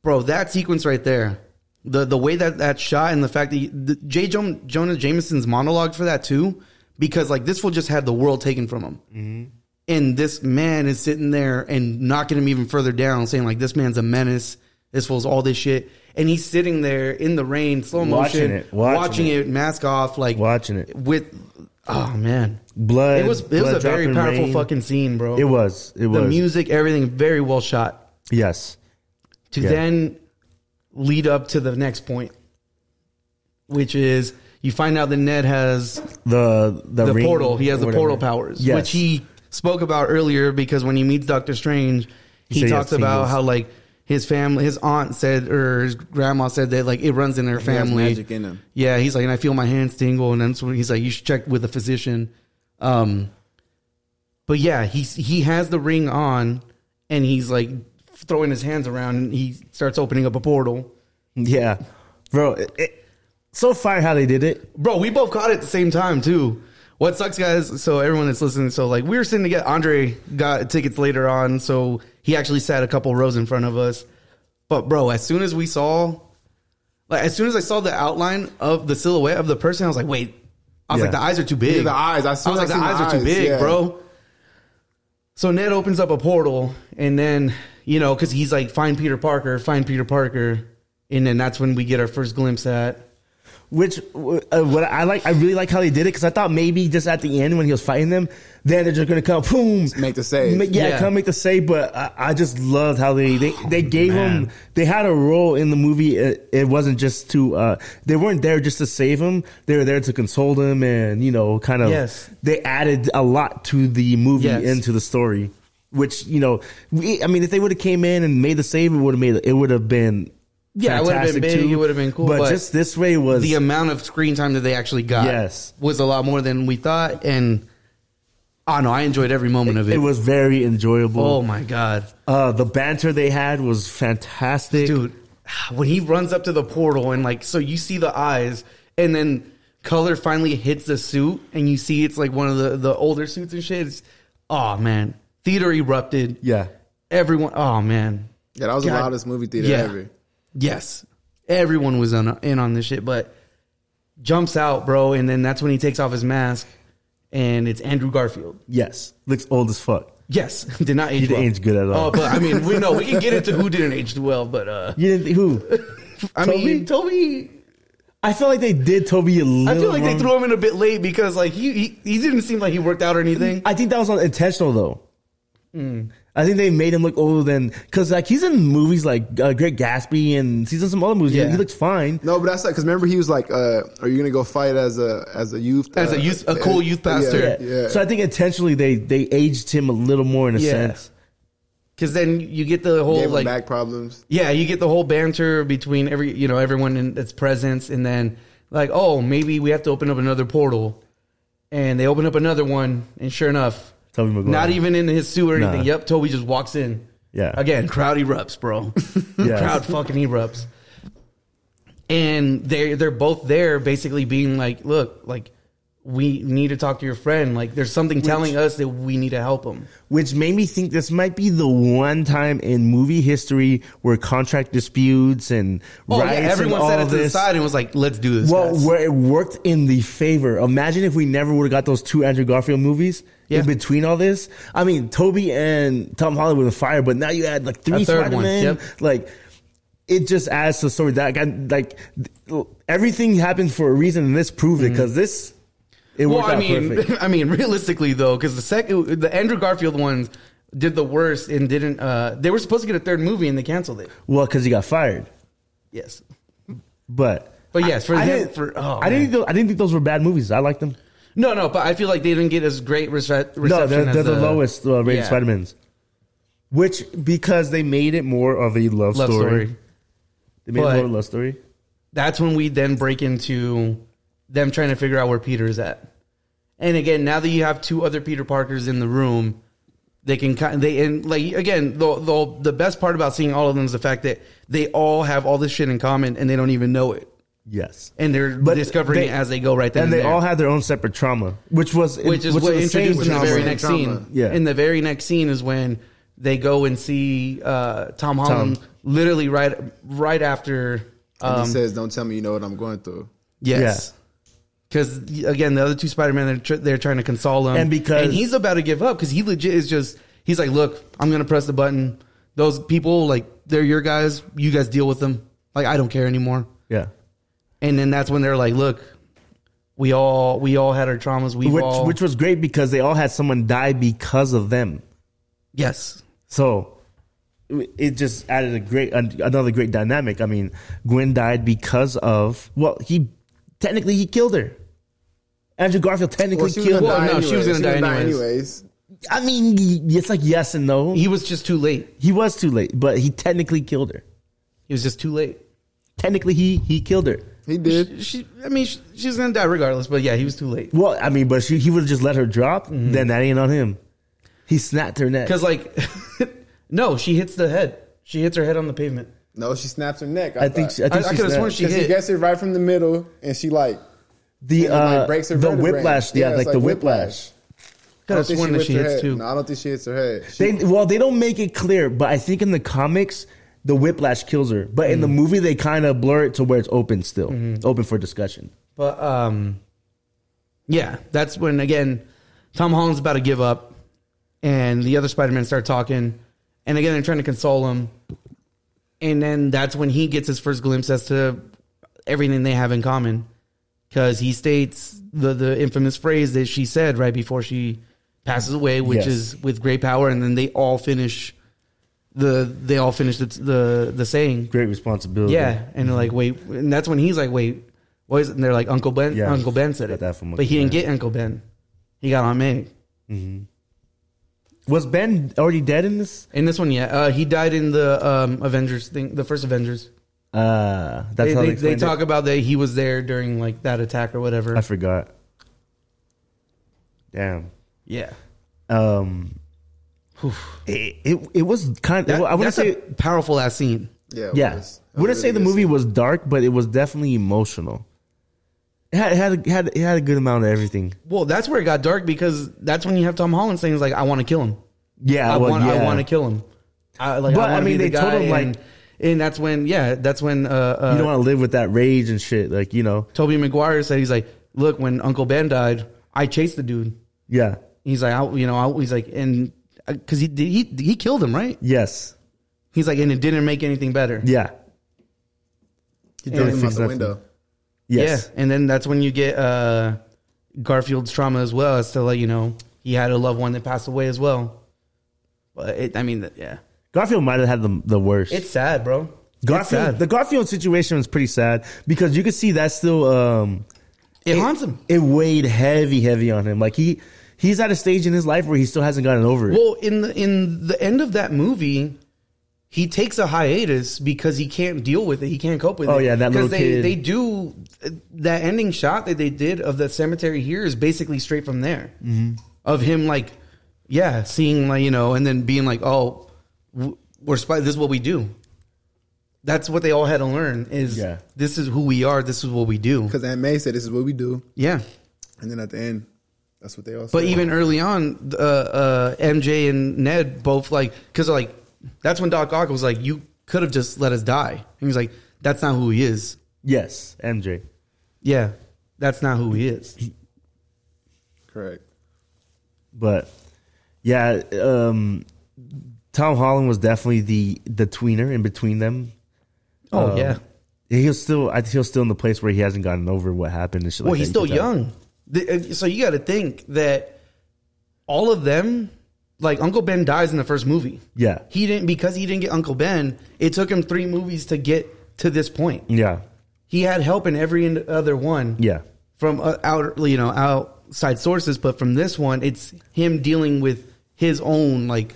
S2: bro. That sequence right there, the the way that that shot and the fact that you, the, J. Jo- Jonah Jameson's monologue for that too, because like this fool just had the world taken from him.
S3: Mm-hmm.
S2: And this man is sitting there and knocking him even further down, saying like, "This man's a menace. This fool's all this shit." And he's sitting there in the rain, slow
S3: Watching
S2: motion,
S3: it, watching it.
S2: it, mask off, like
S3: Watching it.
S2: with oh man
S3: Blood.
S2: it was it was
S3: blood
S2: a very
S3: dropping,
S2: powerful
S3: rain.
S2: fucking scene bro
S3: It was. It
S2: the
S3: was.
S2: music everything very well shot
S3: Yes.
S2: to
S3: Yeah.
S2: then lead up to the next point which is you find out that Ned has
S3: The the,
S2: the
S3: ring
S2: portal he has the
S3: or whatever.
S2: portal powers
S3: Yes.
S2: which he spoke about earlier because when he meets Doctor Strange
S3: said
S2: he
S3: he has
S2: talks about
S3: fingers.
S2: how like his family his aunt said or his grandma said that like it runs in their
S4: He has
S2: family
S4: magic in him.
S2: Yeah, he's like, and I feel my hands tingle, and then so he's like, you should check with a physician. Um, but yeah, he's he has the ring on, and he's like throwing his hands around. And he starts opening up a portal.
S3: Yeah, bro. It, it, so fire how they did it.
S2: Bro, we both caught it at the same time too. What sucks, guys? So everyone that's listening, so like we were sitting together. Andre got tickets later on, so he actually sat a couple rows in front of us. But bro, as soon as we saw, like as soon as I saw the outline of the silhouette of the person, I was like, wait. I was
S3: Yeah.
S2: like, the eyes are too big.
S4: the eyes. As
S2: I
S4: soon
S2: was like,
S4: as
S2: the
S4: I
S2: eyes
S4: seen
S2: are too
S4: the eyes,
S2: big,
S4: yeah.
S2: bro. So Ned opens up a portal, and then you know, because he's like, find Peter Parker, find Peter Parker, and then that's when we get our first glimpse at.
S3: Which uh, what I like, I really like how they did it because I thought maybe just at the end when he was fighting them, then they're just gonna come, boom,
S4: Make the save.
S3: Ma- yeah,
S2: Yeah. Oh,
S3: come make the save. But I, I just loved how they they, they gave
S2: man.
S3: him, they had a role in the movie. It, it wasn't just to, uh, they weren't there just to save him. They were there to console him and you know, kind of.
S2: Yes.
S3: they added a lot to the movie
S2: Yes.
S3: and to the story. Which you know, we, I mean, if they would have came in and made the save, it would have made it would have been
S2: Yeah, it would've been
S3: fantastic,
S2: big, it would've been cool,
S3: But,
S2: but
S3: just this way was
S2: the amount of screen time that they actually got
S3: Yes.
S2: was a lot more than we thought and I don't know I enjoyed every moment of it.
S3: it was very enjoyable.
S2: oh my god.
S3: Uh, the banter they had was fantastic,
S2: Dude, when he runs up to the portal and like so you see the eyes and then color finally hits the suit and you see it's like one of the the older suits and shit. It's, oh man. Theater erupted.
S3: Yeah,
S2: Everyone oh man.
S4: Yeah, that was
S2: God.
S4: the loudest movie theater
S2: Yeah.
S4: ever.
S2: Yes. Everyone was on, in on this shit, but jumps out, bro, and then that's when he takes off his mask and it's Andrew Garfield.
S3: yes, looks old as fuck.
S2: Yes, did not age
S3: didn't
S2: well.
S3: age good at all.
S2: Oh, but I mean, we know we can get into who didn't age well, but uh,
S3: You didn't who?
S2: I
S3: Toby?
S2: mean, Toby.
S3: I feel like they did Toby a little.
S2: I feel like they
S3: wrong.
S2: threw him in a bit late because like he he, he didn't seem like he worked out or anything.
S3: I think that was unintentional though.
S2: Hmm.
S3: I think they made him look older than because like he's in movies like uh, Great Gatsby and he's in some other movies.
S2: Yeah.
S3: He looks fine.
S4: No, but that's like because remember he was like, uh, "Are you gonna go fight as a as a youth
S2: As a
S4: uh,
S2: youth- a cool youth pastor.
S4: Yeah,
S3: Yeah.
S4: yeah.
S3: So I think intentionally they they aged him a little more in a
S2: Yeah.
S3: sense.
S2: Because then you get the whole
S4: Gave him
S2: like
S4: back problems.
S2: Yeah, you get the whole banter between every you know everyone in its presence, and then like, oh, maybe we have to open up another portal, and they open up another one, and sure enough,
S3: Toby Maguire.
S2: not even in his suit or
S3: Nah.
S2: anything. Yep, Toby just walks in.
S3: Yeah.
S2: again, crowd erupts, bro.
S3: Yes.
S2: Crowd fucking erupts, and they they're both there, basically being like, look, like we need to talk to your friend. Like, there's something telling us that we need to help him.
S3: Which made me think this might be the one time in movie history where contract disputes and
S2: Oh
S3: rights
S2: yeah, everyone
S3: and
S2: set
S3: all
S2: it to the
S3: this-
S2: side and was like, let's do this.
S3: Well,
S2: guys.
S3: where it worked in the favor. Imagine if we never would have got those two Andrew Garfield movies
S2: Yeah.
S3: in between all this. I mean, Toby and Tom Holland were the fire, but now you add like three
S2: A third one,
S3: Spider Man.
S2: yep.
S3: Like, it just adds to the story. That guy, like, th- everything happens for a reason, and this proved it because this it worked
S2: Mm-hmm. Well, I
S3: out
S2: mean,
S3: perfect.
S2: I mean, realistically though, because the second, the Andrew Garfield ones did the worst and didn't. Uh, they were supposed to get a third movie and they canceled it.
S3: Well, because he got fired,
S2: Yes,
S3: but.
S2: but yes, for
S3: I
S2: him,
S3: didn't,
S2: for oh,
S3: I
S2: man.
S3: didn't. Think those, I didn't think those were bad movies. I liked them.
S2: No, no, but I feel like they didn't get as great rece- reception.
S3: No, they're,
S2: as
S3: they're the lowest uh, rated
S2: yeah.
S3: Spider Mans. Which because they made it more of a love,
S2: love story.
S3: story. They made
S2: But-
S3: it more of a love story.
S2: That's when we then break into them trying to figure out where Peter is at. And again, now that you have two other Peter Parkers in the room, they can kind they and like again the, the the best part about seeing all of them is the fact that they all have all this shit in common and they don't even know it.
S3: Yes.
S2: and they're discovering it as they go right then
S3: And
S2: and,
S3: they
S2: there,
S3: all had their own separate trauma, which was
S2: which is
S3: which
S2: what
S3: was the same
S2: introduced in the
S3: trauma.
S2: very
S4: Same
S2: next
S4: trauma.
S2: scene
S3: Yeah.
S2: in the very next scene is when they go and see uh, tom holland
S3: Tom.
S2: literally right right after
S4: And
S2: um,
S4: he says, "Don't tell me you know what I'm going through."
S2: yes because again the other two spider-man they're, tr- they're trying to console him
S3: And because-
S2: and he's about to give up because he legit is just he's like look i'm gonna press the button those people like they're your guys you guys deal with them like i don't care anymore
S3: Yeah.
S2: and then that's when they're like look we all we all had our traumas we
S3: Which
S2: all
S3: which was great because they all had someone die because of them.
S2: Yes.
S3: So it just added a great an- another great dynamic. I mean, Gwen died because of well, he technically he killed her. Andrew Garfield
S4: Well,
S3: technically
S4: she was
S3: killed.
S4: gonna
S2: Well,
S4: die
S2: no,
S4: anyways.
S2: she was gonna die anyways.
S4: anyways.
S3: I mean, y- it's like yes and no.
S2: He was just too late.
S3: He was too late, but he technically killed her.
S2: He was just too late.
S3: Technically, he he killed her.
S4: He did.
S2: She, she- I mean, she, she was going to die regardless, but yeah, he was too late.
S3: Well, I mean, but she, he would have just let her drop.
S4: Mm-hmm.
S3: Then that ain't on him. He snapped her neck.
S2: Because, like, no, she hits the head. She hits her head on the pavement.
S4: No, she snaps her neck. I,
S3: I think she, I
S2: I,
S3: think
S2: I
S3: she
S2: could have
S3: snapped.
S2: sworn she
S4: because he
S2: hit.
S4: gets it right from the middle, and she like
S3: the
S4: it, like,
S3: uh,
S4: breaks her
S3: the
S4: vertebrae.
S3: whiplash. Yeah,
S4: Yeah, it's
S3: like, the
S4: like
S3: whiplash.
S4: whiplash. I
S2: could
S4: don't
S2: have
S4: think
S2: sworn that
S4: whipped
S2: she
S4: her
S2: hits
S4: head.
S2: too.
S4: No, I don't think she hits her head. She,
S3: They well, they don't make it clear, but I think in the comics the whiplash kills her. But
S2: Mm.
S3: in the movie, they kind of blur it to where it's open still,
S2: Mm-hmm.
S3: open for discussion.
S2: But, um, yeah, that's when, again, Tom Holland's about to give up, and the other Spider Men start talking. And again, they're trying to console him. And then that's when he gets his first glimpse as to everything they have in common. because he states the the infamous phrase that she said right before she passes away, which
S3: Yes.
S2: is with great power, and then they all finish the they all finish the the, the saying,
S3: Great responsibility.
S2: yeah, and they're like wait, and that's when he's like wait, what is it? And they're like Uncle Ben,
S3: Yeah,
S2: Uncle Ben said
S3: got
S2: it,
S3: that from
S2: but he didn't
S3: Uncle
S2: get Uncle Ben, he got Aunt May.
S3: Was Ben already dead in this?
S2: In this one, yeah, uh, he died in the um, Avengers thing, the first Avengers.
S3: Uh, that's
S2: They,
S3: how
S2: they,
S3: they,
S2: they
S3: explained it.
S2: talk about that he was there during like that attack or whatever.
S3: I forgot. Damn.
S2: yeah,
S3: Um, it, it it was kind.
S2: that,
S3: Of, I
S2: that's
S3: wouldn't say
S2: a powerful ass scene.
S4: yeah, it
S3: yeah.
S4: was. That was
S3: Wouldn't
S4: really
S3: say the
S4: good
S3: movie
S4: scene.
S3: was dark, but it was definitely emotional. It had it had a, had it had a good amount of everything.
S2: Well, that's where it got dark because that's when you have Tom Holland saying like, "I want to kill him.
S3: Yeah,
S2: I
S3: Uh, well,
S2: want.
S3: yeah.
S2: I want to kill him." I, like,
S3: But,
S2: I, mean, be they told him
S3: like-
S2: and, and that's when yeah, that's when uh, uh,
S3: You don't want to live with that rage and shit. Like you know,
S2: Toby McGuire said he's like, "Look, when Uncle Ben died, I chased the dude.
S3: yeah,
S2: He's like, I, you know, I, he's like, and because he did, he he killed him, right?
S3: yes,
S2: He's like, and it didn't make anything better.
S3: yeah,
S4: He threw
S3: Yeah.
S4: him out
S3: Exactly.
S4: the window.
S3: yes.
S2: Yeah, and then that's when you get uh, Garfield's trauma as well, as to like you know he had a loved one that passed away as well. But it, I mean, yeah,
S3: Garfield might have had the, the worst.
S2: it's sad, bro. it's
S3: Garfield,
S2: sad.
S3: the Garfield situation was pretty sad because you could see that still um,
S2: it haunts him.
S3: It weighed heavy, heavy on him. Like he he's at a stage in his life where he still hasn't gotten over it.
S2: Well, in the in the end of that movie, he takes a hiatus because he can't deal with it. He can't cope with
S3: Oh,
S2: it.
S3: yeah, that
S2: because
S3: little
S2: they
S3: kid.
S2: they do that ending shot that they did of the cemetery here is basically straight from there
S3: Mm-hmm.
S2: of him like yeah seeing like you know and then being like oh w- we're spy this is what we do. That's what they all had to learn is
S3: Yeah.
S2: this is who we are. This is what we do.
S4: Because Aunt May said this is what we do,
S2: Yeah.
S4: and then at the end, that's what they all.
S2: But
S4: said.
S2: even early on, uh, uh, MJ and Ned both like because like that's when Doc Ock was like, "You could have just let us die," and he's like, "That's not who he is."
S3: yes, MJ.
S2: Yeah, that's not who he is.
S4: correct.
S3: But yeah, um, Tom Holland was definitely the the tweener in between them.
S2: Oh
S3: Um,
S2: yeah.
S3: he was still I think he was still in the place where he hasn't gotten over what happened. And shit
S2: Well,
S3: like
S2: he's
S3: that.
S2: still
S3: You could tell.
S2: young, The- uh, so you got to think that all of them, like Uncle Ben, dies in the first movie.
S3: Yeah.
S2: he didn't because he didn't get Uncle Ben. It took him three movies to get to this point.
S3: Yeah,
S2: He had help in every in- other one.
S3: yeah,
S2: from uh, out you know outside sources, but from this one, it's him dealing with his own like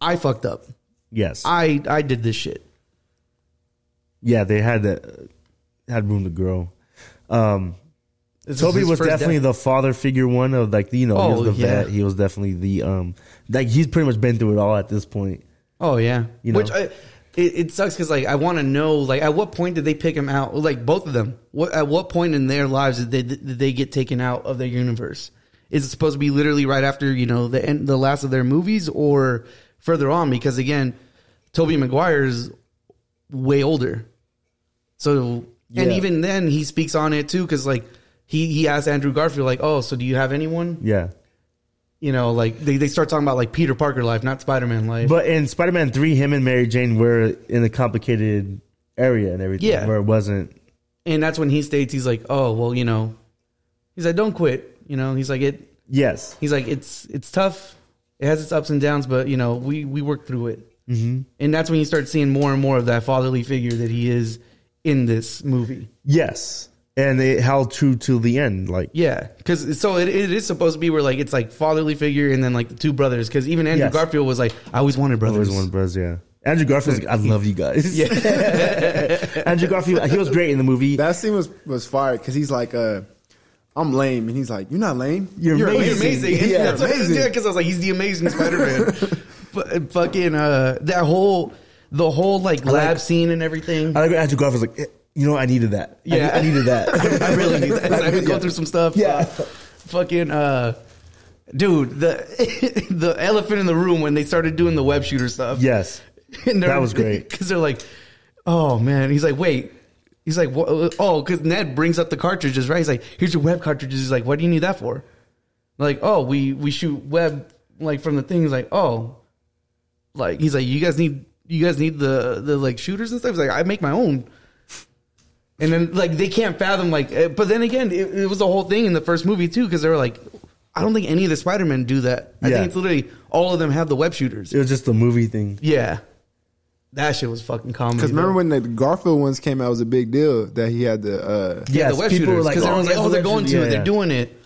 S2: I fucked up.
S3: yes,
S2: I I did this shit.
S3: yeah. They had that had room to grow. Um,
S2: This is
S3: Toby
S2: his
S3: was
S2: first
S3: definitely
S2: death.
S3: the father figure one of like you know he
S2: Oh,
S3: was the
S2: yeah.
S3: vet. He was definitely the um like he's pretty much been through it all at this point.
S2: oh yeah,
S3: You know.
S2: which I, it, it sucks because like I want to know like at what point did they pick him out? Like both of them. What at what point in their lives did they did they get taken out of their universe? Is it supposed to be literally right after you know the end, the last of their movies or further on? Because again, Toby Maguire's way older. So and
S3: Yeah.
S2: even then he speaks on it too because like he he asked Andrew Garfield like oh so do you have anyone
S3: Yeah,
S2: you know like they, they start talking about like Peter Parker life not Spider Man life
S3: but in Spider Man three, him and Mary Jane were in a complicated area and everything
S2: Yeah.
S3: where it wasn't.
S2: and that's when he states he's like oh well you know he's like don't quit you know he's like it
S3: Yes,
S2: he's like it's it's tough it has its ups and downs but you know we we work through it mm-hmm. and that's when you start seeing more and more of that fatherly figure that he is in this movie
S3: yes, and they held true to the end. Like
S2: Yeah, because so it, it is supposed to be where like it's like fatherly figure and then like the two brothers. Because even Andrew
S3: Yes.
S2: Garfield was like, I always wanted brothers.
S3: Always one brothers, yeah. Andrew Garfield's like, I love you guys. Andrew Garfield, he was great in the movie.
S4: That scene was was fired because he's like, uh, "I'm lame," and he's like, "You're not lame.
S3: You're
S2: You're amazing.
S4: Yeah,
S2: that's amazing.
S4: amazing.
S2: because I was like, he's the amazing Spider Man. but fucking uh, that whole the whole like lab scene and everything.
S3: I like when Andrew Garfield's like, eh, you know, I needed that. I-
S2: Yeah.
S3: I, needed that.
S2: I really need that. I go through some stuff.
S3: Yeah.
S2: Uh, fucking uh, dude, the the elephant in the room when they started doing the web shooter stuff.
S3: yes. That was great.
S2: Because they're like, oh man. He's like, wait. He's like, "Wha- oh, because Ned brings up the cartridges, right? He's like, here's your web cartridges. He's like, what do you need that for? Like, oh, we we shoot web like from the thing. He's like, oh, like he's like, you guys need you guys need the the like shooters and stuff. He's like, I make my own. And then like they can't fathom like, eh, but then again, it, it was the whole thing in the first movie too because they were like, I don't think any of the Spider Men do that. I
S3: Yeah.
S2: think it's literally all of them have the web shooters.
S3: It was just the movie thing.
S2: Yeah. That shit was fucking comedy.
S4: Because remember
S2: though.
S4: when the Garfield ones came out, it was a big deal that he had the. Uh,
S2: yeah,
S3: Yes,
S2: the web
S3: people were
S2: shooters.
S3: like,
S2: Because
S3: oh,
S2: everyone's like,
S3: yeah,
S2: oh,
S3: the
S2: they're
S3: web
S2: going to,
S3: shooter,
S2: it, they're
S3: yeah.
S2: doing it.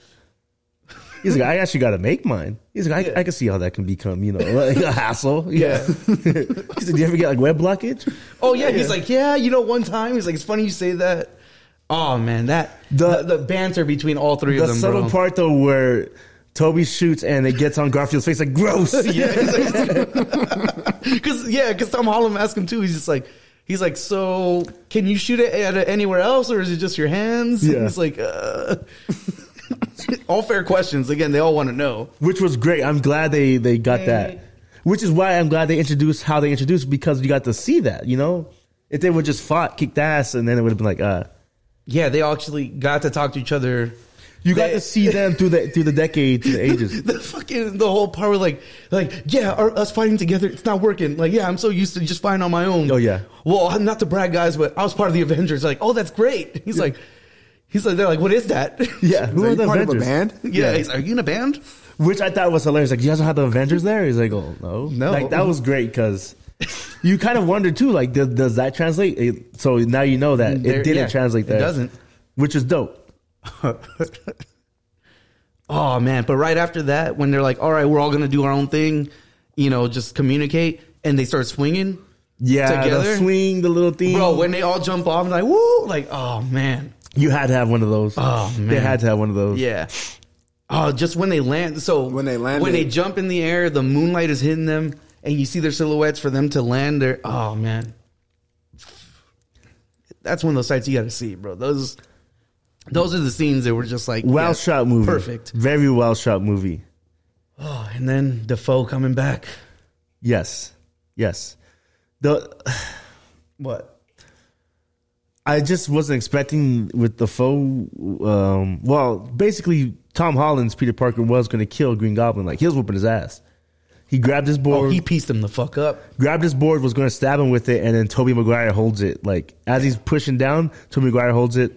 S3: He's like, I actually got to make mine. He's like, I,
S2: Yeah.
S3: I can see how that can become, you know, like a hassle.
S2: Yeah.
S3: He's like, do you ever get like web blockage?
S2: Oh yeah, he's like, yeah, you know, one time he's like, it's funny you say that. Oh man, that
S3: The-
S2: the the, banter between all three
S3: The
S2: of them.
S3: subtle
S2: bro.
S3: part though, where Toby shoots and it gets on Garfield's face, like gross.
S2: Yeah, because yeah, because Tom Holland asked him too. He's just like, he's like, so can you shoot it at anywhere else, or is it just your hands?
S3: Yeah.
S2: And he's like, uh, all fair questions. Again, they all want to know.
S3: which was great. I'm glad they they got that. Which is why I'm glad they introduced how they introduced because you got to see that. You know, if they would just fought, kicked ass, and then it would have been like, uh,
S2: Yeah, they actually got to talk to each other
S3: you got
S2: They-
S3: to see them through the through the decade, through the ages.
S2: the fucking the whole part where like like yeah our, us fighting together it's not working like yeah i'm so used to just fighting on my own
S3: Oh, yeah.
S2: well I'm not to brag guys but i was part of the avengers like oh that's great he's like He's like, they're like, what is that?
S3: Yeah, who
S4: Who
S3: are
S4: are
S3: the
S4: you part of a
S3: Avengers?
S4: band?
S2: yeah. He's, are you in a band?
S3: Which I thought was hilarious. Like, you guys don't have the Avengers there? He's like, oh, no.
S2: No.
S3: Like, that was great because you kind of wonder, too, like, does, does that translate? It- so now you know that
S2: There-
S3: it didn't
S2: yeah,
S3: translate
S2: it
S3: there.
S2: doesn't.
S3: Which is dope.
S2: Oh man! But right after that, when they're like, all right, we're all gonna do our own thing, you know, just communicate, and they start swinging.
S3: Yeah,
S2: Together?
S3: the swing, the little thing.
S2: Bro, when they all jump off, I'm like, woo! Like, oh man,
S3: you had to have one of those.
S2: Oh, man.
S3: They had to have one of those.
S2: yeah. Oh, just when they land. So
S4: When they landed.
S2: when they jump in the air, the moonlight is hitting them, and you see their silhouettes for them to land. There, oh man, that's one of those sights you got to see, bro. Those, those are the scenes that were just like
S3: Well
S2: yeah,
S3: shot movie.
S2: perfect.
S3: Very well shot movie.
S2: Oh, and then Defoe coming back.
S3: Yes. Yes. The
S2: What?
S3: I just wasn't expecting with the foe. Um, well, basically, Tom Holland's Peter Parker was going to kill Green Goblin. Like he was whooping his ass. He grabbed his board.
S2: Oh, he pieced him the fuck up.
S3: grabbed his board, was going to stab him with it, and then Toby Maguire holds it. Like as he's pushing down, Toby Maguire holds it,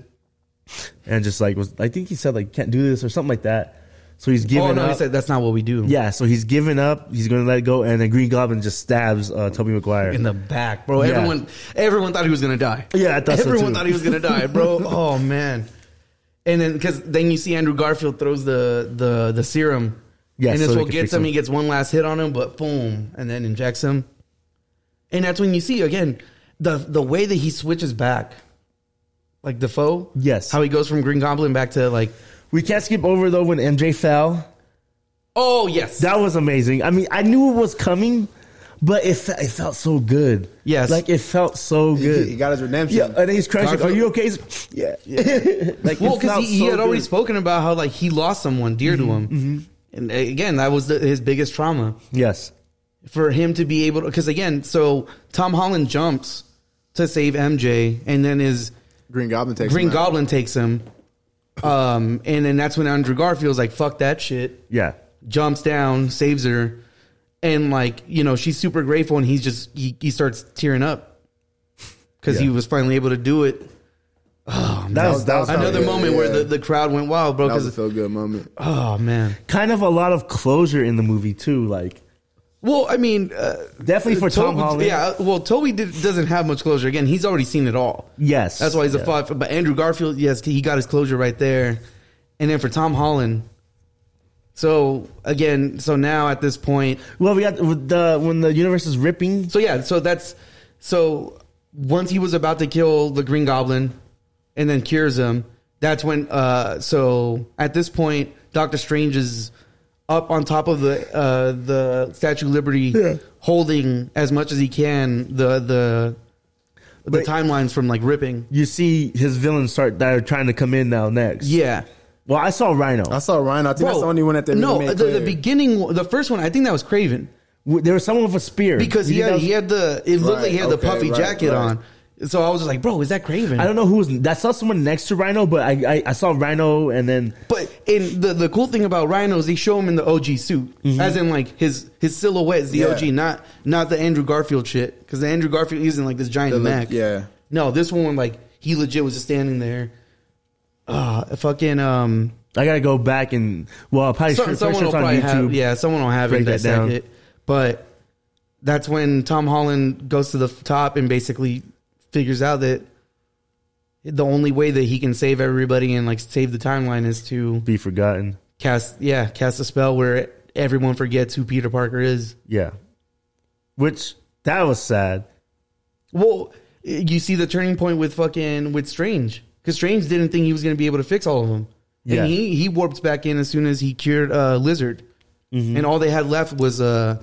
S3: and just like was. I think he said like can't do this or something like that. So he's giving
S2: Oh no,
S3: up.
S2: he said that's not what we do.
S3: yeah, so he's giving up. He's going to let it go, and then Green Goblin just stabs uh, Toby Maguire.
S2: in the back, bro.
S3: Yeah.
S2: Everyone, everyone thought he was gonna die.
S3: Yeah, I thought so,
S2: everyone
S3: too.
S2: thought he was gonna die, bro. oh man. And then because then you see Andrew Garfield throws the the the serum.
S3: Yeah,
S2: and
S3: so
S2: this
S3: they
S2: will
S3: can
S2: gets
S3: fix
S2: him.
S3: him.
S2: He gets one last hit on him, but boom, and then injects him. And that's when you see again the the way that he switches back, like Defoe.
S3: Yes.
S2: how he goes from Green Goblin back to like,
S3: we can't skip over though when MJ fell.
S2: oh yes,
S3: That was amazing. I mean, I knew it was coming, but it fe- it felt so good.
S2: Yes.
S3: like it felt so
S4: He,
S3: good.
S4: he got his redemption.
S3: yeah, and he's crashing.
S4: Garfield-
S3: Are you okay? He's- yeah, like
S2: Well,
S3: it felt
S2: because he, he
S3: so
S2: had already
S3: good. Mm-hmm,
S2: spoken about how like he lost someone dear to him, and uh, again that was the, his biggest trauma
S3: Yes,
S2: for him to be able to. Because again, so Tom Holland jumps to save MJ, and then his
S4: Green Goblin takes
S2: Green
S4: him out.
S2: Goblin takes him, um, and then that's when Andrew Garfield's like, "Fuck that shit,"
S3: yeah,
S2: jumps down, saves her, and like you know she's super grateful, and he's just he, he starts tearing up because he
S3: Yeah.
S2: was finally able to do it.
S3: that was that was
S4: that was
S2: Another
S4: yeah,
S2: moment where
S4: yeah.
S2: the, the crowd went wild, bro.
S4: That was a
S2: Because
S4: feel good moment.
S2: oh man.
S3: kind of a lot of closure in the movie too. Like
S2: Well, I mean, uh,
S3: Definitely for Tom
S2: Toby-
S3: Holland.
S2: Yeah, well, Toby did, doesn't have much closure. Again, he's already seen it all.
S3: yes,
S2: That's why he's
S3: Yeah.
S2: a five. But Andrew Garfield, yes, he got his closure right there. And then for Tom Holland, so again, so now at this point,
S3: Well, we got with the when the universe is ripping.
S2: so yeah, so that's so once he was about to kill the Green Goblin, and then cures him. That's when. Uh, so at this point, Doctor Strange is up on top of the uh, the Statue of Liberty, holding as much as he can the the the
S3: But-
S2: timelines from like ripping.
S3: You see his villains start that are trying to come in now next.
S2: Yeah.
S3: Well, I saw Rhino.
S4: I saw Ryan. I think that's the only one that they
S2: no
S4: made
S2: the, the
S4: clear.
S2: beginning the first one I think that was Craven
S3: W- there was someone with a spear
S2: because
S3: You
S2: he
S3: think that
S2: had
S3: was-
S2: he had the it looked
S4: Right,
S2: like he had the
S4: okay,
S2: puffy
S4: right,
S2: jacket
S4: right.
S2: on so I was just like bro is that Craven
S3: I don't know who was. I saw someone next to Rhino, but I I, I saw Rhino, and then
S2: But in the the cool thing about Rhino is they show him in the OG suit,
S3: Mm-hmm.
S2: as in like his his silhouette is the
S4: Yeah.
S2: OG, not not the Andrew Garfield shit. Because the Andrew Garfield isn't like this giant
S4: The le-
S2: neck.
S4: yeah.
S2: No, this one like he legit was just standing there. Uh fucking um.
S3: I gotta go back and well, I'll probably
S2: some-
S3: sure,
S2: someone
S3: someone
S2: will
S3: on
S2: probably
S3: YouTube.
S2: have yeah. Someone will have
S3: Break
S2: it
S3: that
S2: that
S3: down.
S2: second. But that's when Tom Holland goes to the f- top and basically figures out that the only way that he can save everybody and like save the timeline is to
S3: be forgotten.
S2: cast yeah cast a spell where everyone forgets who peter parker is
S3: Yeah, which that was sad.
S2: well you see the turning point with fucking with strange because strange didn't think he was going to be able to fix all of them
S3: Yeah.
S2: and he he warped back in as soon as he cured uh lizard
S3: Mm-hmm.
S2: and all they had left was uh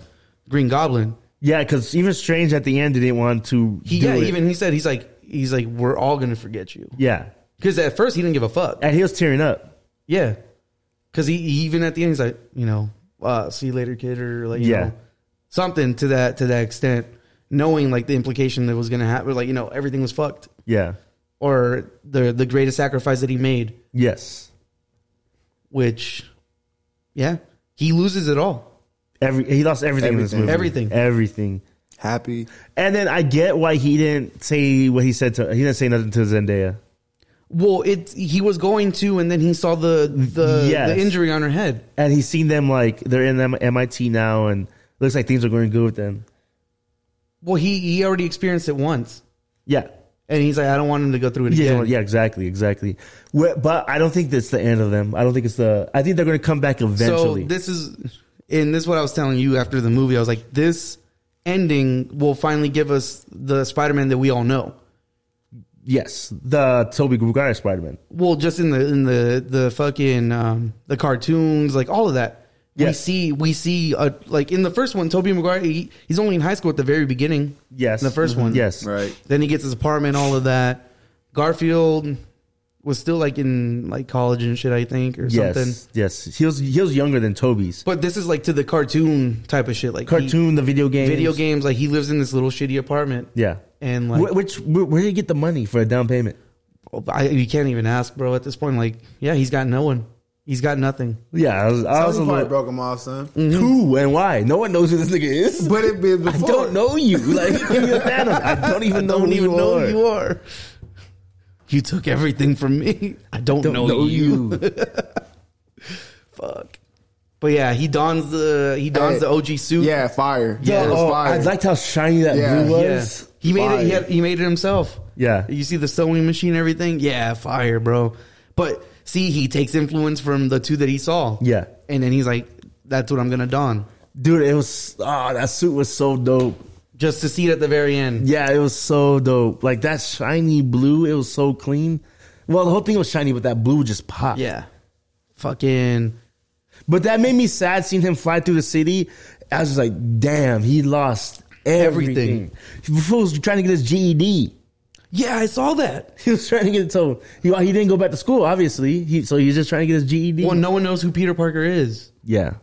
S2: green goblin
S3: Yeah, because even Strange at the end didn't want to.
S2: he
S3: do
S2: yeah
S3: it.
S2: even he said he's like he's like we're all going to forget you
S3: yeah,
S2: because at first he didn't give a fuck
S3: and he was tearing up.
S2: yeah because he, he even at the end he's like you know uh see you later kid or like you
S3: Yeah.
S2: know something to that to that extent, knowing like the implication that was going to happen, like you know everything was fucked,
S3: Yeah.
S2: or the the greatest sacrifice that he made,
S3: Yes.
S2: which, yeah, he loses it all.
S3: Every he lost everything, in this
S4: Everything.
S3: movie.
S2: Everything.
S3: Everything.
S4: Happy.
S3: And then I get why he didn't say what he said to. He didn't say nothing to Zendaya.
S2: Well, it he was going to, and then he saw the the,
S3: Yes.
S2: the injury on her head.
S3: and he's seen them like they're in M- MIT now, and looks like things are going good with them.
S2: Well, he he already experienced it once,
S3: Yeah,
S2: and he's like, I don't want him to go through it
S3: yeah,
S2: again.
S3: yeah, exactly, exactly. Wh- But I don't think that's the end of them. I don't think it's the. I think they're going to come back eventually.
S2: So this is, and this is what I was telling you after the movie. I was like, this ending will finally give us the Spider-Man that we all know.
S3: yes, the Toby Maguire Spider Man.
S2: Well, just in the in the the fucking um, the cartoons, like all of that. We
S3: Yes.
S2: see we see uh like in the first one, Toby Maguire. He, he's only in high school at the very beginning.
S3: Yes,
S2: In the 1st
S3: Mhm.
S2: one.
S3: Yes,
S4: Right.
S2: Then he gets his apartment, all of that. Garfield was still like in like college and shit, I think, or
S3: yes,
S2: something.
S3: yes. He was he was younger than Toby's
S2: But this is like to the cartoon type of shit, like he-
S3: cartoon, the video game,
S2: video games. Like he lives in this little shitty apartment.
S3: Yeah,
S2: And like,
S3: Wh- which where, where did he get the money for a down payment?
S2: I, you can't even ask, bro. At this point, like, yeah, he's got no one. He's got nothing.
S3: Yeah, I was, I was a
S4: Tell me why I
S3: little
S4: broke him off, son.
S3: who and why. No one knows who this nigga is.
S4: But it be before.
S3: I don't know you. Like you're Thanos. I don't even know
S2: Don't
S3: who
S2: even
S3: you
S2: know
S3: are.
S2: who you are. You took everything from me. I don't,
S3: Don't
S2: know, you. Fuck. But yeah, he dons the he dons
S4: Hey.
S2: the OG suit.
S4: Yeah, fire.
S3: yeah,
S4: it was
S3: oh, I
S4: fire.
S3: liked how shiny that
S4: Yeah.
S3: blue
S2: Yeah.
S3: was.
S2: He made it. He,
S4: Fire.
S2: had, he made it himself.
S3: Yeah.
S2: You see the sewing machine, everything. Yeah, fire, bro. But see, he takes influence from the two that he saw.
S3: Yeah.
S2: and then he's like, "That's what I'm gonna don."
S3: dude. It was ah, that suit was so dope.
S2: Just to see it at the very end.
S3: Yeah, it was so dope. Like that shiny blue, it was so clean. Well, the whole thing was shiny, but that blue just popped.
S2: Yeah. Fucking.
S3: But that made me sad seeing him fly through the city. I was just like, damn, he lost
S2: Everything.
S3: everything. Before he was trying to get his E GED.
S2: Yeah, I saw that.
S3: He was trying to get it. So he, he didn't go back to school, obviously. He, so he's just trying to get his E GED.
S2: Well, no one knows who Peter Parker is.
S3: Yeah,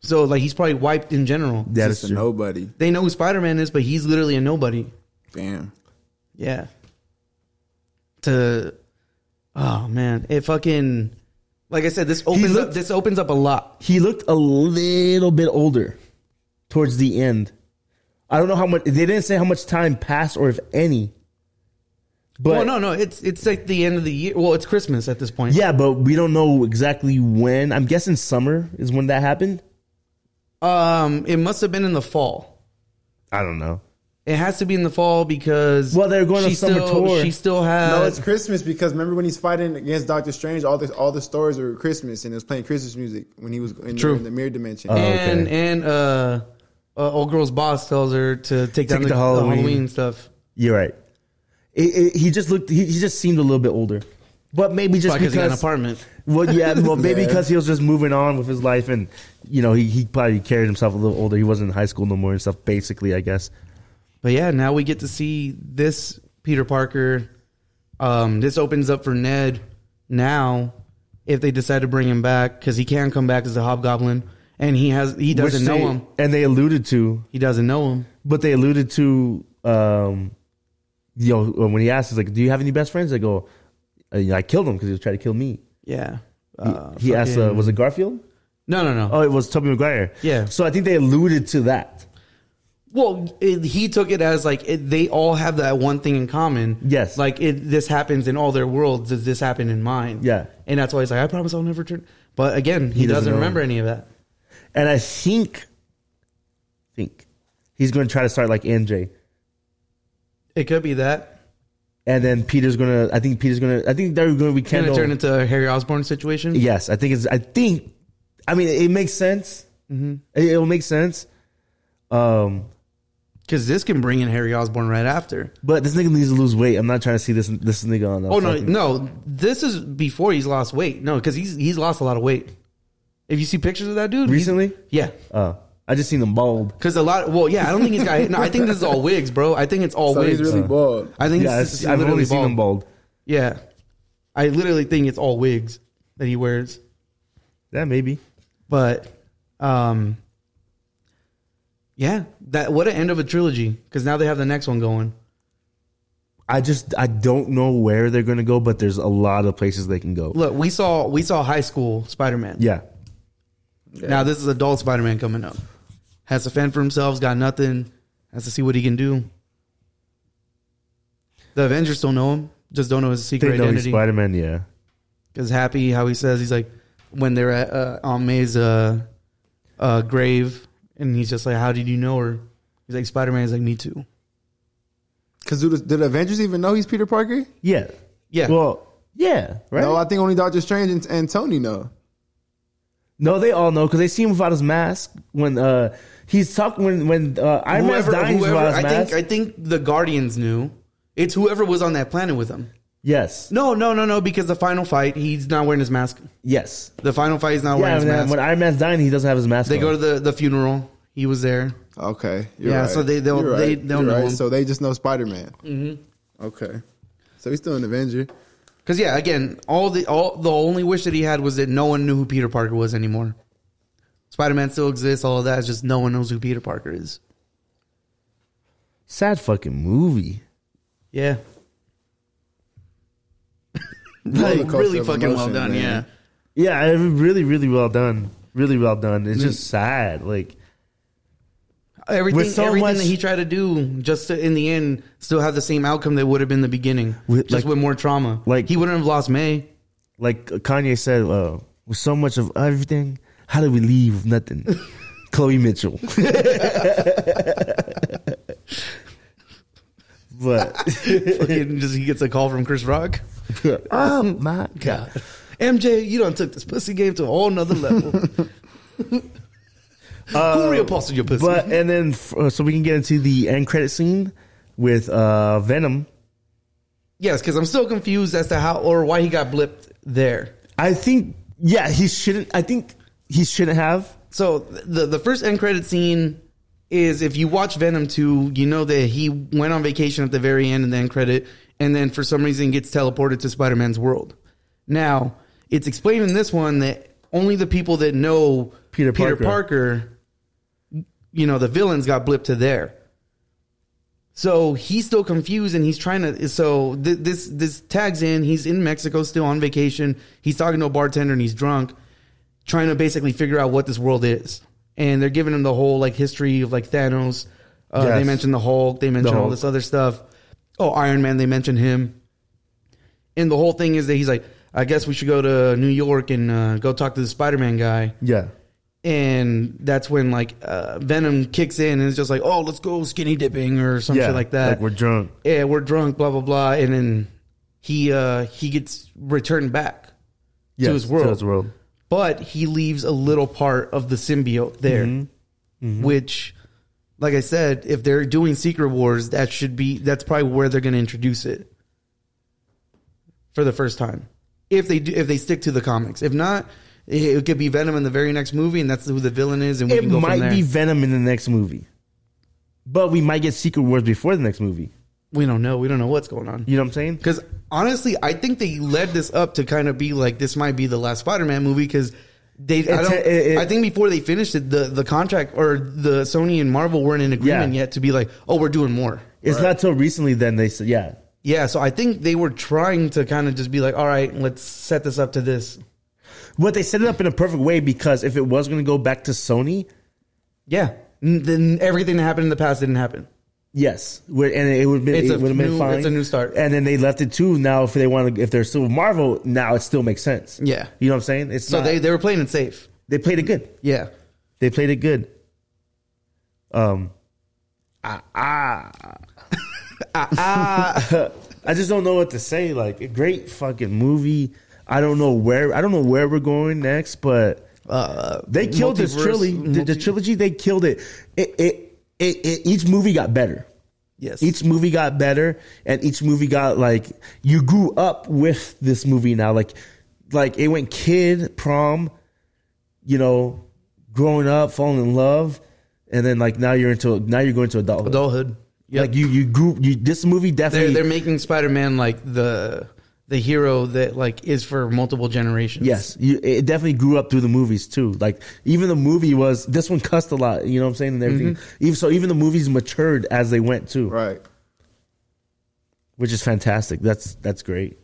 S2: So, like, he's probably wiped in general.
S3: that is
S4: Just a
S3: true.
S4: nobody.
S2: They know who Spider Man is, but he's literally a nobody.
S4: Damn.
S2: Yeah. To. Oh, man. It fucking. Like I said, this opens up.
S3: looked-
S2: This opens up a lot.
S3: He looked a little bit older towards the end. I don't know how much. They didn't say how much time passed or if any. But
S2: well, no, no, it's it's like the end of the year. Well, it's Christmas at this point.
S3: yeah, but we don't know exactly when. I'm guessing summer is when that happened.
S2: Um, it must have been in the fall.
S3: I don't know.
S2: It has to be in the fall because
S3: Well, they're going on
S2: she
S3: summer
S2: still,
S3: tour.
S2: She still has
S4: No, it's Christmas because remember when he's fighting against Doctor Strange, all the all the stories were Christmas and it was playing Christmas music when he was in,
S2: True.
S4: The, in the mirror dimension.
S3: Oh, okay.
S2: and and uh, uh old girl's boss tells her to take down
S3: Take
S2: the,
S3: the
S2: the
S3: Halloween.
S2: Halloween. stuff
S3: You're right. It, it, he just looked. He, he just seemed a little bit older. But maybe just
S2: because he got an
S3: because
S2: apartment.
S3: Well, yeah, well, maybe
S4: Yeah.
S3: because he was just moving on with his life, and you know, he, he probably carried himself a little older. He wasn't in high school no more and stuff. Basically, I guess.
S2: But yeah, now we get to see this Peter Parker. Um, this opens up for Ned now if they decide to bring him back because he can come back as a Hobgoblin and he has he doesn't
S3: Which
S2: know
S3: they-
S2: him.
S3: and they alluded to,
S2: He doesn't know him.
S3: but they alluded to, um, you know, when he asked, he's like, "Do you have any best friends?" They go, "Uh, "I I killed him because he was trying to kill me."
S2: Yeah.
S3: He,
S2: Uh,
S3: he asked, uh,
S2: fucking-
S3: "Was it Garfield?"
S2: no, no, no.
S3: Oh, it was Toby Maguire.
S2: Yeah.
S3: So I think they alluded to that.
S2: Well, it, he took it as like it, they all have that one thing in common.
S3: Yes.
S2: like it, this happens in all their worlds. Does this happen in mine?
S3: Yeah.
S2: and that's why he's like, I promise I'll never turn. But again, he,
S3: He doesn't
S2: doesn't,
S3: know.
S2: remember any of that.
S3: And I think, think he's going to try to start like NJ.
S2: It could be that
S3: And then Peter's gonna. I think Peter's gonna. I think they're gonna
S2: can
S3: rekindle.
S2: it turn into a Harry Osborn situation.
S3: yes, I think it's. I think. I mean, it makes sense.
S2: Mm-hmm.
S3: It, it'll make sense. Um,
S2: because this can bring in Harry Osborn right after.
S3: but this nigga needs to lose weight. I'm not trying to see this this nigga on. the
S2: Oh no,
S3: fucking-
S2: no, this is before he's lost weight. No, because he's he's lost a lot of weight. If you see pictures of that dude he's-
S3: Recently,
S2: yeah,
S3: uh, I just seen him bald.
S2: because a lot. Well, yeah, I don't think he's got. No, I think this is all wigs, bro. I think it's all
S4: so
S2: wigs.
S4: he's really bald.
S2: uh, I think
S3: Yeah,
S2: it's, it's
S3: I- I've
S2: literally
S3: only seen
S2: bald.
S3: him bald.
S2: Yeah. I literally think it's all wigs that he wears.
S3: Yeah, maybe.
S2: But um yeah, that what an end of a trilogy cuz now they have the next one going.
S3: I just I don't know where they're gonna go, but there's a lot of places they can go.
S2: Look, we saw we saw high school Spider-Man.
S3: Yeah,
S2: Now this is adult Spider-Man coming up. Has to fend for himself, got nothing, has to see what he can do. The Avengers don't know him. just don't know his secret
S3: They know he's
S2: identity.
S3: Spider Man. Yeah,
S2: Because Happy, how he says, he's like, when they're at uh, Aunt May's uh, uh, grave, and he's just like, how did you know her? He's like, Spider Man is like, me too.
S4: Because do the, do the Avengers even know he's Peter Parker?
S3: yeah,
S2: Yeah.
S3: Well, yeah, right.
S4: No, I think only Doctor Strange and, and Tony know.
S3: No, they all know because they see him without his mask when uh he's talking when when uh, Iron Man's dying he's without his
S2: I
S3: mask.
S2: think, I think the Guardians knew. It's whoever was on that planet with him.
S3: yes,
S2: No, no, no, no, because the final fight, he's not wearing his mask.
S3: yes.
S2: The final fight, he's not
S3: Yeah,
S2: wearing his
S3: when,
S2: mask.
S3: when Iron Man's dying, he doesn't have his mask.
S2: They
S3: on.
S2: go to the, the funeral. He was there.
S4: Okay. You're
S2: Yeah,
S4: right.
S2: so they- they'll-
S4: You're
S2: they-
S4: right.
S2: they'll
S4: You're
S2: know
S4: right.
S2: him.
S4: So they just know Spider Man. Mm-hmm. Okay. So he's still an Avenger.
S2: Because yeah, again, all the all the only wish that he had was that no one knew who Peter Parker was anymore. Spider Man still exists. All of that is just no one knows who Peter Parker is.
S3: sad fucking movie.
S2: Yeah, really,
S4: Rollercoaster
S2: really
S4: of
S2: fucking well
S4: emotion,
S2: done.
S4: man.
S3: Yeah, I- really, really well done. Really well done. It's just sad. Like
S2: Yeah, everything
S3: With so
S2: everything
S3: much-
S2: that he tried to do, just to, in the end, still have the same outcome that would have been the beginning,
S3: With,
S2: just
S3: like-
S2: with more trauma.
S3: like-
S2: he wouldn't have lost May.
S3: like Kanye said, uh, with so much of everything, how do we leave with nothing? Chloe Mitchell. but
S2: fucking just he gets a call from Chris Rock.
S3: oh
S2: Um,
S3: my god.
S2: God, MJ, you done took this pussy game to a whole nother level. Who reupholstered your pussy?
S3: Uh, But and then f- uh, so we can get into the end credit scene with uh, Venom.
S2: Yes, because I'm still confused as to how or why he got blipped there.
S3: I think yeah, he shouldn't. I think he shouldn't have.
S2: So the the first end credit scene is if you watch Venom 2, you know that he went on vacation at the very end of the end credit, and then for some reason gets teleported to Spider Man's world. Now it's explained in this one that only the people that know
S3: Peter
S2: Peter
S3: Parker.
S2: Parker, you know, the villains got blipped to there. So he's still confused and he's trying to. So th- this this tags in. He's in Mexico still on vacation. He's talking to a bartender and he's drunk, trying to basically figure out what this world is. And they're giving him the whole like history of like Thanos. Uh, They
S3: Yes.
S2: mention the Hulk. They mention all
S3: Hulk.
S2: this other stuff. Oh, Iron Man. They mention him. And the whole thing is that he's like, I guess we should go to New York and uh, go talk to the Spider Man guy
S3: Yeah.
S2: and that's when like uh, Venom kicks in and it's just like, oh, let's go skinny dipping or some
S3: Yeah,
S2: shit like that.
S3: like we're drunk.
S2: Yeah, we're drunk. Blah blah blah. And then he uh, he gets returned back,
S3: Yes,
S2: his world.
S3: To his world.
S2: but he leaves a little part of the symbiote there,
S3: Mm-hmm.
S2: which, like I said, if they're doing Secret Wars, that should be that's probably where they're going to introduce it for the first time. If they do, if they stick to the comics, if not. It it could be Venom in the very next movie, and that's who the villain is, and we
S3: It
S2: can go from
S3: might
S2: there.
S3: be Venom in the next movie, but we might get Secret Wars before the next movie.
S2: we don't know. We don't know what's going on.
S3: You know what I'm saying?
S2: Because honestly, I think they led this up to kind of be like this might be the last Spider-Man movie because they. I,
S3: It's-
S2: don't,
S3: it- it-
S2: I think before they finished it, the the contract or the Sony and Marvel weren't in agreement
S3: Yeah.
S2: yet to be like, oh, we're doing more.
S3: It's not till recently then they said, yeah.
S2: Yeah, so I think they were trying to kind of just be like, all right, let's set this up to this.
S3: But they set it up in a perfect way because if it was going to go back to Sony,
S2: Yeah, N- then everything that happened in the past didn't happen.
S3: yes, where- and it would have been,
S2: It's
S3: it
S2: a
S3: would have been
S2: new-
S3: fine.
S2: it's a new start.
S3: And then they left it too. Now, if they want to, if they're still with Marvel, now it still makes sense.
S2: Yeah.
S3: you know what I'm saying? It's
S2: So
S3: not,
S2: they
S3: they
S2: they were playing it safe.
S3: they played it good.
S2: Yeah,
S3: They played it good. Um, ah, ah, ah, I just don't know what to say. Like a great fucking movie. I don't know where I don't know where we're going next, but
S2: uh,
S3: they killed this
S2: multiverse-
S3: trilogy. the, the
S2: multi-
S3: trilogy they killed it. It, it, it, it. Each movie got better.
S2: Yes,
S3: Each movie got better, and each movie got like you grew up with this movie now. Like, like it went kid prom, you know, growing up, falling in love, and then like now you're into now you're going to adulthood.
S2: adulthood. Yep.
S3: Like you, you grew. You, this movie
S2: They're
S3: definitely.
S2: they're making Spider Man like the the hero that like is for multiple generations.
S3: Yes, you, it definitely grew up through the movies too. Like even the movie was this one cussed a lot. You know what I'm saying? And everything.
S2: Mm-hmm.
S3: Even so, even the movies matured as they went too,
S4: Right.
S3: which is fantastic. That's that's great.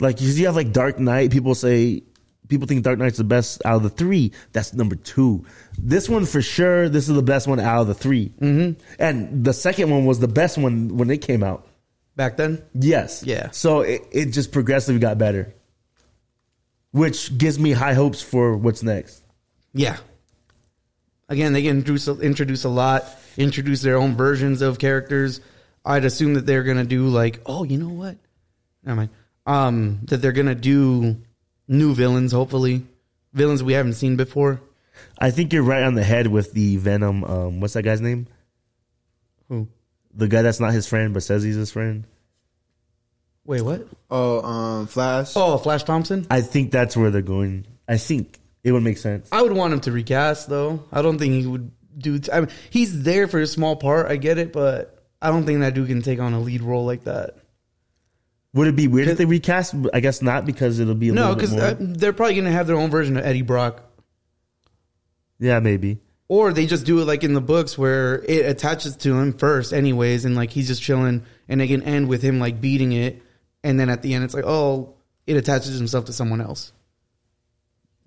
S3: Like 'cause you have like Dark Knight. People say people think Dark Knight's the best out of the three. That's number two. This one for sure. This is the best one out of the 3 Mm-hmm. And the second one was the best one when it came out.
S2: back then.
S3: Yes.
S2: Yeah.
S3: So it, it just progressively got better, which gives me high hopes for what's next.
S2: Yeah. Again, they can introduce, introduce a lot, introduce their own versions of characters. I'd assume that they're gonna do like, oh, you know what? Never mind. Um, that they're gonna do new villains, hopefully, villains we haven't seen before.
S3: I think you're right on the head with the Venom. Um, what's that guy's name?
S2: Who?
S3: The guy that's not his friend but says he's his friend.
S2: Wait, what?
S4: Oh, um, Flash.
S2: Oh, Flash Thompson.
S3: I think that's where they're going. I think it would make sense.
S2: I would want him to recast though. I don't think he would do. I mean, he's there for a small part. I get it, but I don't think that dude can take on a lead role like that.
S3: Would it be weird if they recast? I guess not because it'll be a
S2: No,
S3: little bit
S2: because
S3: more.
S2: they're probably gonna have their own version of Eddie Brock.
S3: yeah, maybe.
S2: or they just do it like in the books where it attaches to him first anyways and like he's just chilling and it can end with him like beating it and then at the end it's like oh it attaches himself to someone else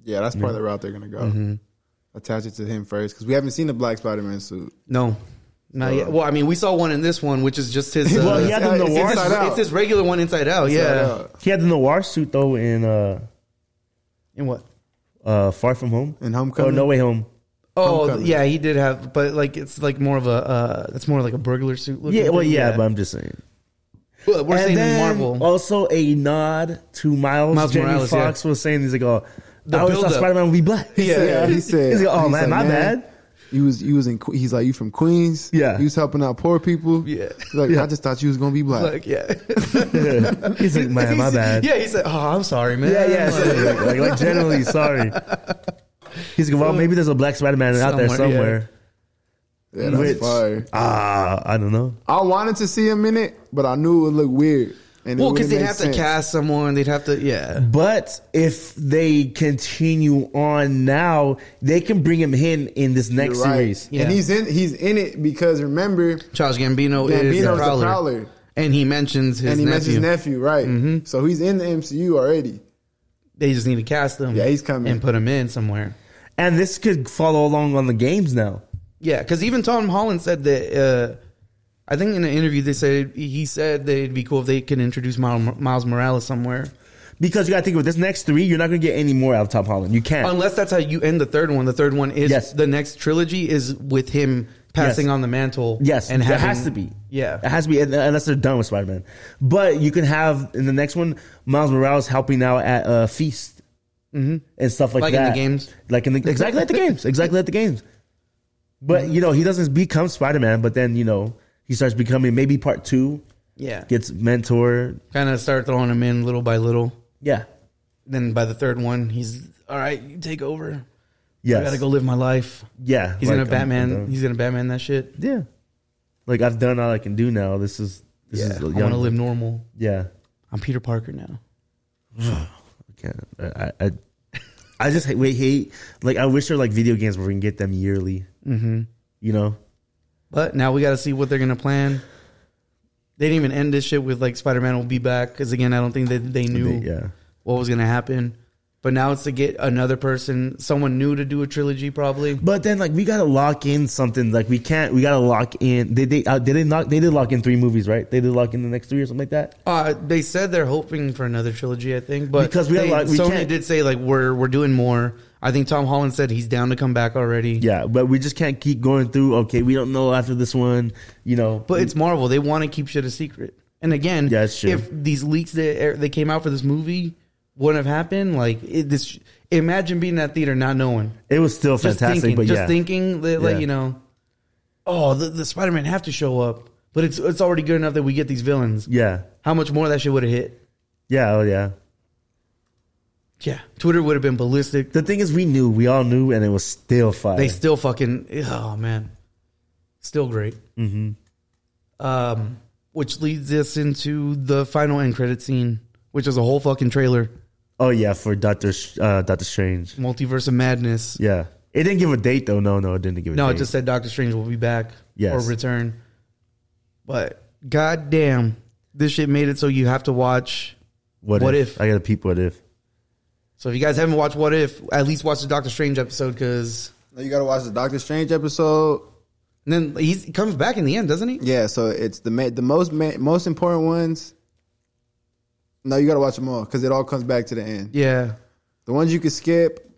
S4: Yeah, that's probably the route they're gonna go. Attach it to him first because we haven't seen the Black Spider-Man suit.
S2: no not yet. Well, I mean, we saw one in this one, which is just his. Uh,
S3: Well, he had the
S4: It's- it's
S3: noir.
S4: inside out.
S2: it's his regular one inside out. yeah.
S4: Inside out.
S3: He had the noir suit though in uh,
S2: And what?
S3: uh, Far From Home.
S4: In
S3: Oh,
S4: Homecoming.
S3: No Way Home.
S2: Oh,
S4: Homecoming.
S2: yeah, he did have, but like it's like more of a. Uh, it's more like a burglar suit. Looking
S3: Yeah, well,
S2: thing,
S3: yeah, but I'm just saying.
S2: But we're saying in Marvel.
S3: Also, a nod to Miles.
S2: Miles
S3: Jamie
S2: Morales,
S3: Foxx was saying he's like, "Oh,
S2: The
S3: I always thought
S2: buildup.
S3: Spider Man would be black."
S2: Yeah.
S4: Yeah, he said.
S3: he's like, "Oh
S4: he's
S3: man,
S4: like,
S3: my
S4: "Man,
S3: bad."
S4: You was you was in. Que- He's like, you from Queens?
S3: Yeah.
S4: You was helping out poor people.
S2: Yeah.
S4: He's like, I just thought you was gonna be black.
S2: like, yeah,
S3: he's like, "Man, my bad."
S2: Yeah, he said, "Oh, I'm sorry, man."
S3: yeah, yeah.
S2: Like,
S3: so, like, like, like, generally, sorry. He's like, "Well, maybe there's a black Spider Man out there
S2: Somewhere, yeah.
S3: somewhere."
S4: yeah, that's
S3: Which-
S4: fire.
S3: Ah, I don't know.
S4: I wanted to see him in it, but I knew it would look weird. And it
S2: Well, because
S4: wouldn't
S2: they'd
S4: make
S2: have
S4: sense.
S2: to cast someone. They'd have to, yeah.
S3: But if they continue on now, they can bring him in in this next
S4: You're right.
S3: series.
S2: Yeah.
S4: And he's in he's in it because remember
S2: Charles Gambino is
S4: Gambino's
S2: the
S4: the
S2: prowler.
S4: prowler.
S2: and he mentions his
S4: and he
S2: nephew. Mm-hmm.
S4: met his nephew, right? So he's in the MCU already.
S2: They just need to cast him.
S4: Yeah, he's coming.
S2: and put him in somewhere.
S3: And this could follow along on the games now.
S2: Yeah, because even Tom Holland said that. Uh, I think in an interview they said he said that it'd be cool if they could introduce Mil- Miles Morales somewhere,
S3: Because you got to think with this next three, you're not going to get any more out of Tom Holland. You can't.
S2: unless that's how you end the third one. The third one is
S3: Yes.
S2: the next trilogy is with him passing
S3: Yes.
S2: on the mantle.
S3: yes, and
S2: and
S3: it
S2: having,
S3: has to be.
S2: Yeah,
S3: it has to be un- unless they're done with Spider Man. But you can have in the next one Miles Morales helping out at uh, Feast and stuff
S2: Mm-hmm.
S3: like,
S2: Like in
S3: that.
S2: the games?
S3: like in the, exactly at the games, exactly at the games.
S2: Mm-hmm.
S3: But you know he doesn't become Spider Man, but then you know he starts becoming maybe part two
S2: yeah.
S3: gets mentor.
S2: Kind of start throwing him in little by little.
S3: Yeah,
S2: then by the third one, he's all right. You take over.
S3: yeah,
S2: I gotta go live my life.
S3: Yeah,
S2: He's
S3: like, um,
S2: gonna
S3: I'm- I'm
S2: Batman.
S3: done.
S2: he's gonna Batman that shit.
S3: yeah, like I've done all I can do now. This is this
S2: Yeah,
S3: is
S2: I
S3: the
S2: want to
S3: young-
S2: live normal.
S3: Yeah.
S2: I'm Peter Parker now.
S3: can't. I, I, I just hate, wait, hate. Like, I wish there were like video games where we can get them yearly. Mm-hmm. You know,
S2: But now we gotta see what they're gonna plan. They didn't even end this shit with like Spider Man will be back because again, I don't think that they knew
S3: They- yeah.
S2: what was gonna happen. But now it's to get another person, someone new to do a trilogy, probably.
S3: But then, like, we gotta lock in something. Like, we can't. We gotta lock in. They they uh, they did not. They did lock in three movies, right? They did lock in the next three or something like that.
S2: Uh, they said they're hoping for another trilogy, I think, but
S3: Because we
S2: they,
S3: have, like, we
S2: Sony
S3: can't-
S2: did say like we're we're doing more. I think Tom Holland said he's down to come back already.
S3: Yeah, but we just can't keep going through. Okay, we don't know after this one. You know,
S2: But it's Marvel. They want to keep shit a secret. And again,
S3: Yeah, that's true.
S2: if these leaks that they came out for this movie wouldn't have happened, like it, this, imagine being in that theater not knowing,
S3: it was still
S2: just
S3: fantastic.
S2: thinking,
S3: but
S2: just
S3: yeah,
S2: thinking that, like
S3: Yeah.
S2: you know, oh, the, the Spider Man have to show up, but it's it's already good enough that we get these villains.
S3: yeah,
S2: How much more that shit would have hit?
S3: yeah, oh yeah.
S2: Yeah, Twitter would have been ballistic.
S3: The thing is, we knew. We all knew, and it was still fire.
S2: They still fucking oh man, still great. Mm-hmm. Um, which leads us into the final end credit scene, which is a whole fucking trailer.
S3: oh yeah, for Doctor Sh- uh, Doctor Strange.
S2: Multiverse of Madness.
S3: Yeah. It didn't give a date though. No, no, it didn't give a
S2: No, it
S3: date.
S2: just said Doctor Strange will be back
S3: Yes.
S2: or return. But goddamn, this shit made it so you have to watch.
S3: what,
S2: what
S3: if?
S2: if?
S3: I got to peep what if.
S2: So if you guys haven't watched What If, at least watch the Doctor Strange episode because
S4: Now you gotta watch the Doctor Strange episode.
S2: And then he's, he comes back in the end, doesn't he?
S4: Yeah, so it's the ma- the most ma- most important ones. No, you gotta watch them all because it all comes back to the end.
S2: Yeah.
S4: The ones you can skip,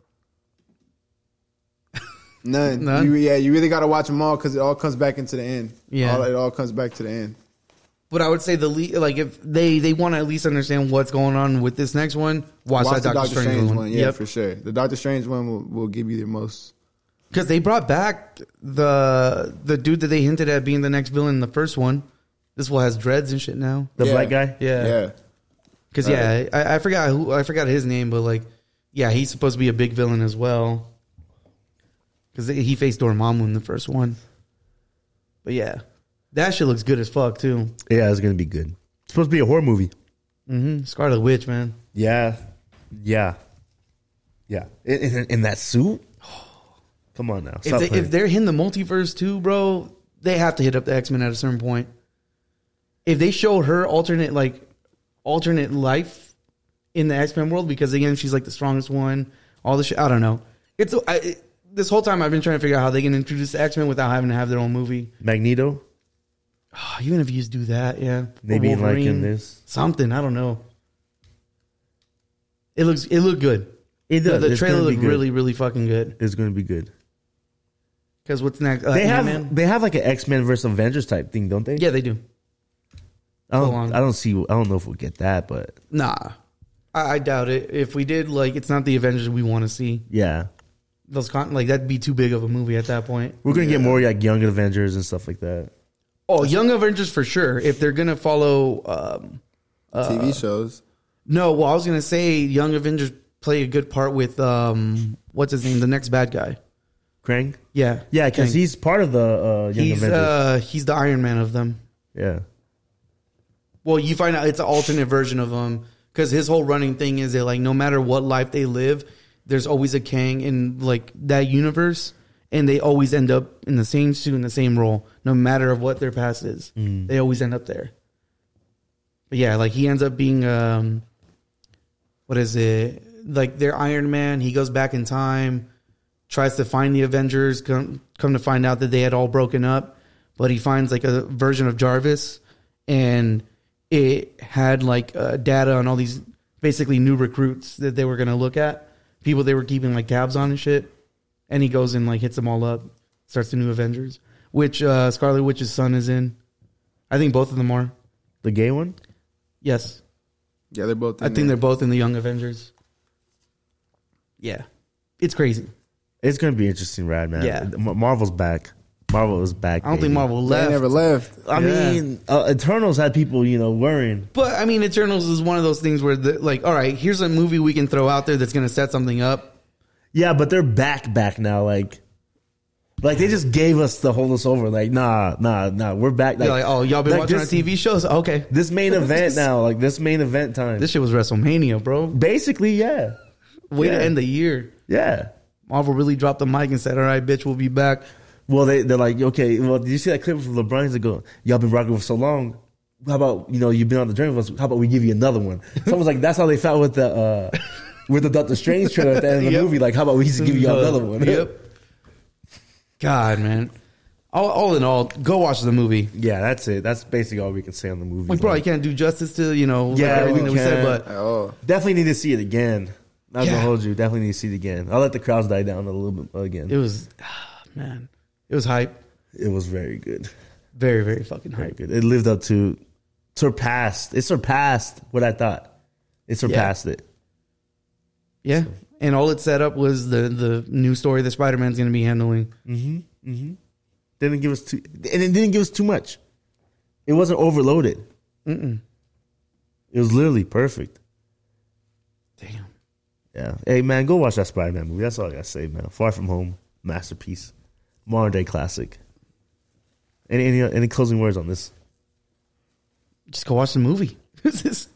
S4: none.
S2: None?
S4: You, yeah, you really gotta watch them all because it all comes back into the end.
S2: Yeah.
S4: All- it all comes back to the end.
S2: But I would say the le- like if they they want to at least understand what's going on with this next one, watch,
S4: Watch
S2: that
S4: the
S2: Doctor, Strange, one.
S4: yeah, for sure. The Doctor Strange one will, will give you the most.
S2: Because they brought back the the dude that they hinted at being the next villain in the first one. This one has dreads and shit now.
S3: The
S4: Yeah.
S3: black guy.
S2: Yeah.
S4: Yeah,
S2: Because yeah, I, I forgot who I forgot his name, but like, yeah, he's supposed to be a big villain as well. Because he faced Dormammu in the first one. But yeah, that shit looks good as fuck too.
S3: Yeah, it's gonna be good. It's supposed to be a horror movie.
S2: hmm Scarlet Witch, man.
S3: Yeah, yeah, yeah. In, in, in that suit. Come on now.
S2: If,
S3: Stop
S2: they,
S3: playing.
S2: if they're hitting the multiverse too, bro, they have to hit up the X Men at a certain point. If they show her alternate like alternate life in the X Men world, because again, she's like the strongest one. All the shit, I don't know. It's I, it, this whole time I've been trying to figure out how they can introduce X Men without having to have their own movie.
S3: Magneto,
S2: Oh, even if you just do that, yeah, Or
S3: maybe like in
S2: Wolverine,
S3: this.
S2: something. I don't know. It looks it looked good.
S3: It
S2: The, the
S3: It's
S2: trailer
S3: gonna be
S2: looked
S3: good.
S2: really really fucking good.
S3: It's gonna be good.
S2: Because what's next? Uh,
S3: They have
S2: Ant-Man?
S3: they have like an X Men versus Avengers type thing, don't they?
S2: yeah, they do.
S3: I
S2: full on.
S3: don't, I don't see. I don't know if we'll get that, but
S2: Nah, I, I doubt it. If we did, like, it's not the Avengers we want to see.
S3: yeah,
S2: Those con- like that'd be too big of a movie at that point.
S3: we're gonna get more like young Avengers and stuff like that.
S2: Oh, Young Avengers for sure. If they're gonna follow, um,
S4: TV shows.
S2: no. Well, I was gonna say Young Avengers play a good part with um, what's his name, the next bad guy.
S3: Krang.
S2: Yeah,
S3: Yeah, because he's part of the uh, young
S2: he's
S3: Avengers.
S2: uh, he's the Iron Man of them.
S3: yeah.
S2: Well, you find out it's an alternate version of him because his whole running thing is that like no matter what life they live, there's always a Kang in like that universe, and they always end up in the same suit in the same role, no matter of what their past is. They always end up there. But yeah, like he ends up being um, what is it? Like their Iron Man. He goes back in time, tries to find the Avengers. Come, come to find out that they had all broken up, but he finds like a version of Jarvis, and it had like uh, data on all these basically new recruits that they were gonna look at, people they were keeping like tabs on and shit. And he goes and like hits them all up, starts the new Avengers, which uh, Scarlet Witch's son is in. I think both of them are.
S3: The gay one.
S2: Yes.
S4: Yeah, they're both. In
S2: I think
S4: there.
S2: they're both in the Young Avengers. Yeah, it's crazy.
S3: It's gonna be interesting, rad man.
S2: Yeah.
S3: M- Marvel's back. Marvel is back.
S2: I don't think
S3: baby.
S2: Marvel
S4: They
S2: left.
S4: never left.
S3: I
S2: Yeah.
S3: mean, uh, Eternals had people, you know, worrying.
S2: But I mean, Eternals is one of those things where, the, like, all right, here's a movie we can throw out there that's going to set something up.
S3: Yeah, but they're back, back now. Like, like they just gave us the hold us over. Like, nah, nah, nah. We're back. Like,
S2: You're like, oh, y'all been
S3: like
S2: watching
S3: this,
S2: our TV shows? Okay,
S3: This main event now, like this main event time.
S2: this shit was WrestleMania, bro.
S3: Basically, yeah,
S2: Way
S3: Yeah.
S2: to end the year.
S3: yeah.
S2: Marvel really dropped the mic and said, all right, bitch, we'll be back.
S3: Well, they they're like, okay. Well, did you see that clip from LeBron? He's like, go, y'all been rocking for so long. How about you know you've been on the journey with us? How about we give you another one? Someone's like, that's how they felt with the uh with the Doctor Strange trailer at the end of the
S2: Yep. Uh,
S3: movie. Like, how about we just give you another one?
S2: Yep. God, man. All, all in all, go watch the movie.
S3: yeah, that's it. That's basically all we can say on the movie.
S2: We probably
S3: Like,
S2: can't do justice to you know like,
S3: Yeah,
S2: everything
S3: we
S2: that we said,
S3: can't.
S2: but
S4: Oh,
S3: Definitely need to see it again. Not
S2: Yeah.
S3: gonna hold you. Definitely need to see it again. I'll let the crowds die down a little bit again.
S2: It
S3: It,
S2: was, ah, man, it was hype.
S3: was very good.
S2: Very, very fucking
S3: Very
S2: hype.
S3: good. It lived up to surpassed. It surpassed what I thought. It surpassed it.
S2: Yeah. And all it set up was the the new story that Spider Man's going to be handling.
S3: Didn't give us too and it didn't give us too much. It wasn't overloaded. Mm-mm. It was literally perfect.
S2: Damn.
S3: Yeah. Hey man, go watch that Spider Man movie. That's all I gotta say, man. Far from home, masterpiece. Modern day classic. Any any any closing words on this?
S2: Just go watch the movie. This is-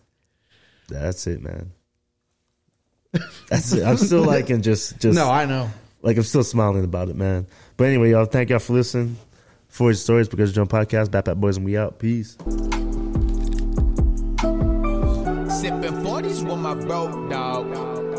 S3: That's it, man. That's it. I'm still liking just just
S2: no, I know.
S3: like I'm still smiling about it, man. But anyway, y'all, thank y'all for listening. Forge Stories because John Podcast, Backpack Boys, and we out. Peace.
S1: Sipping 40s with my bro, dog.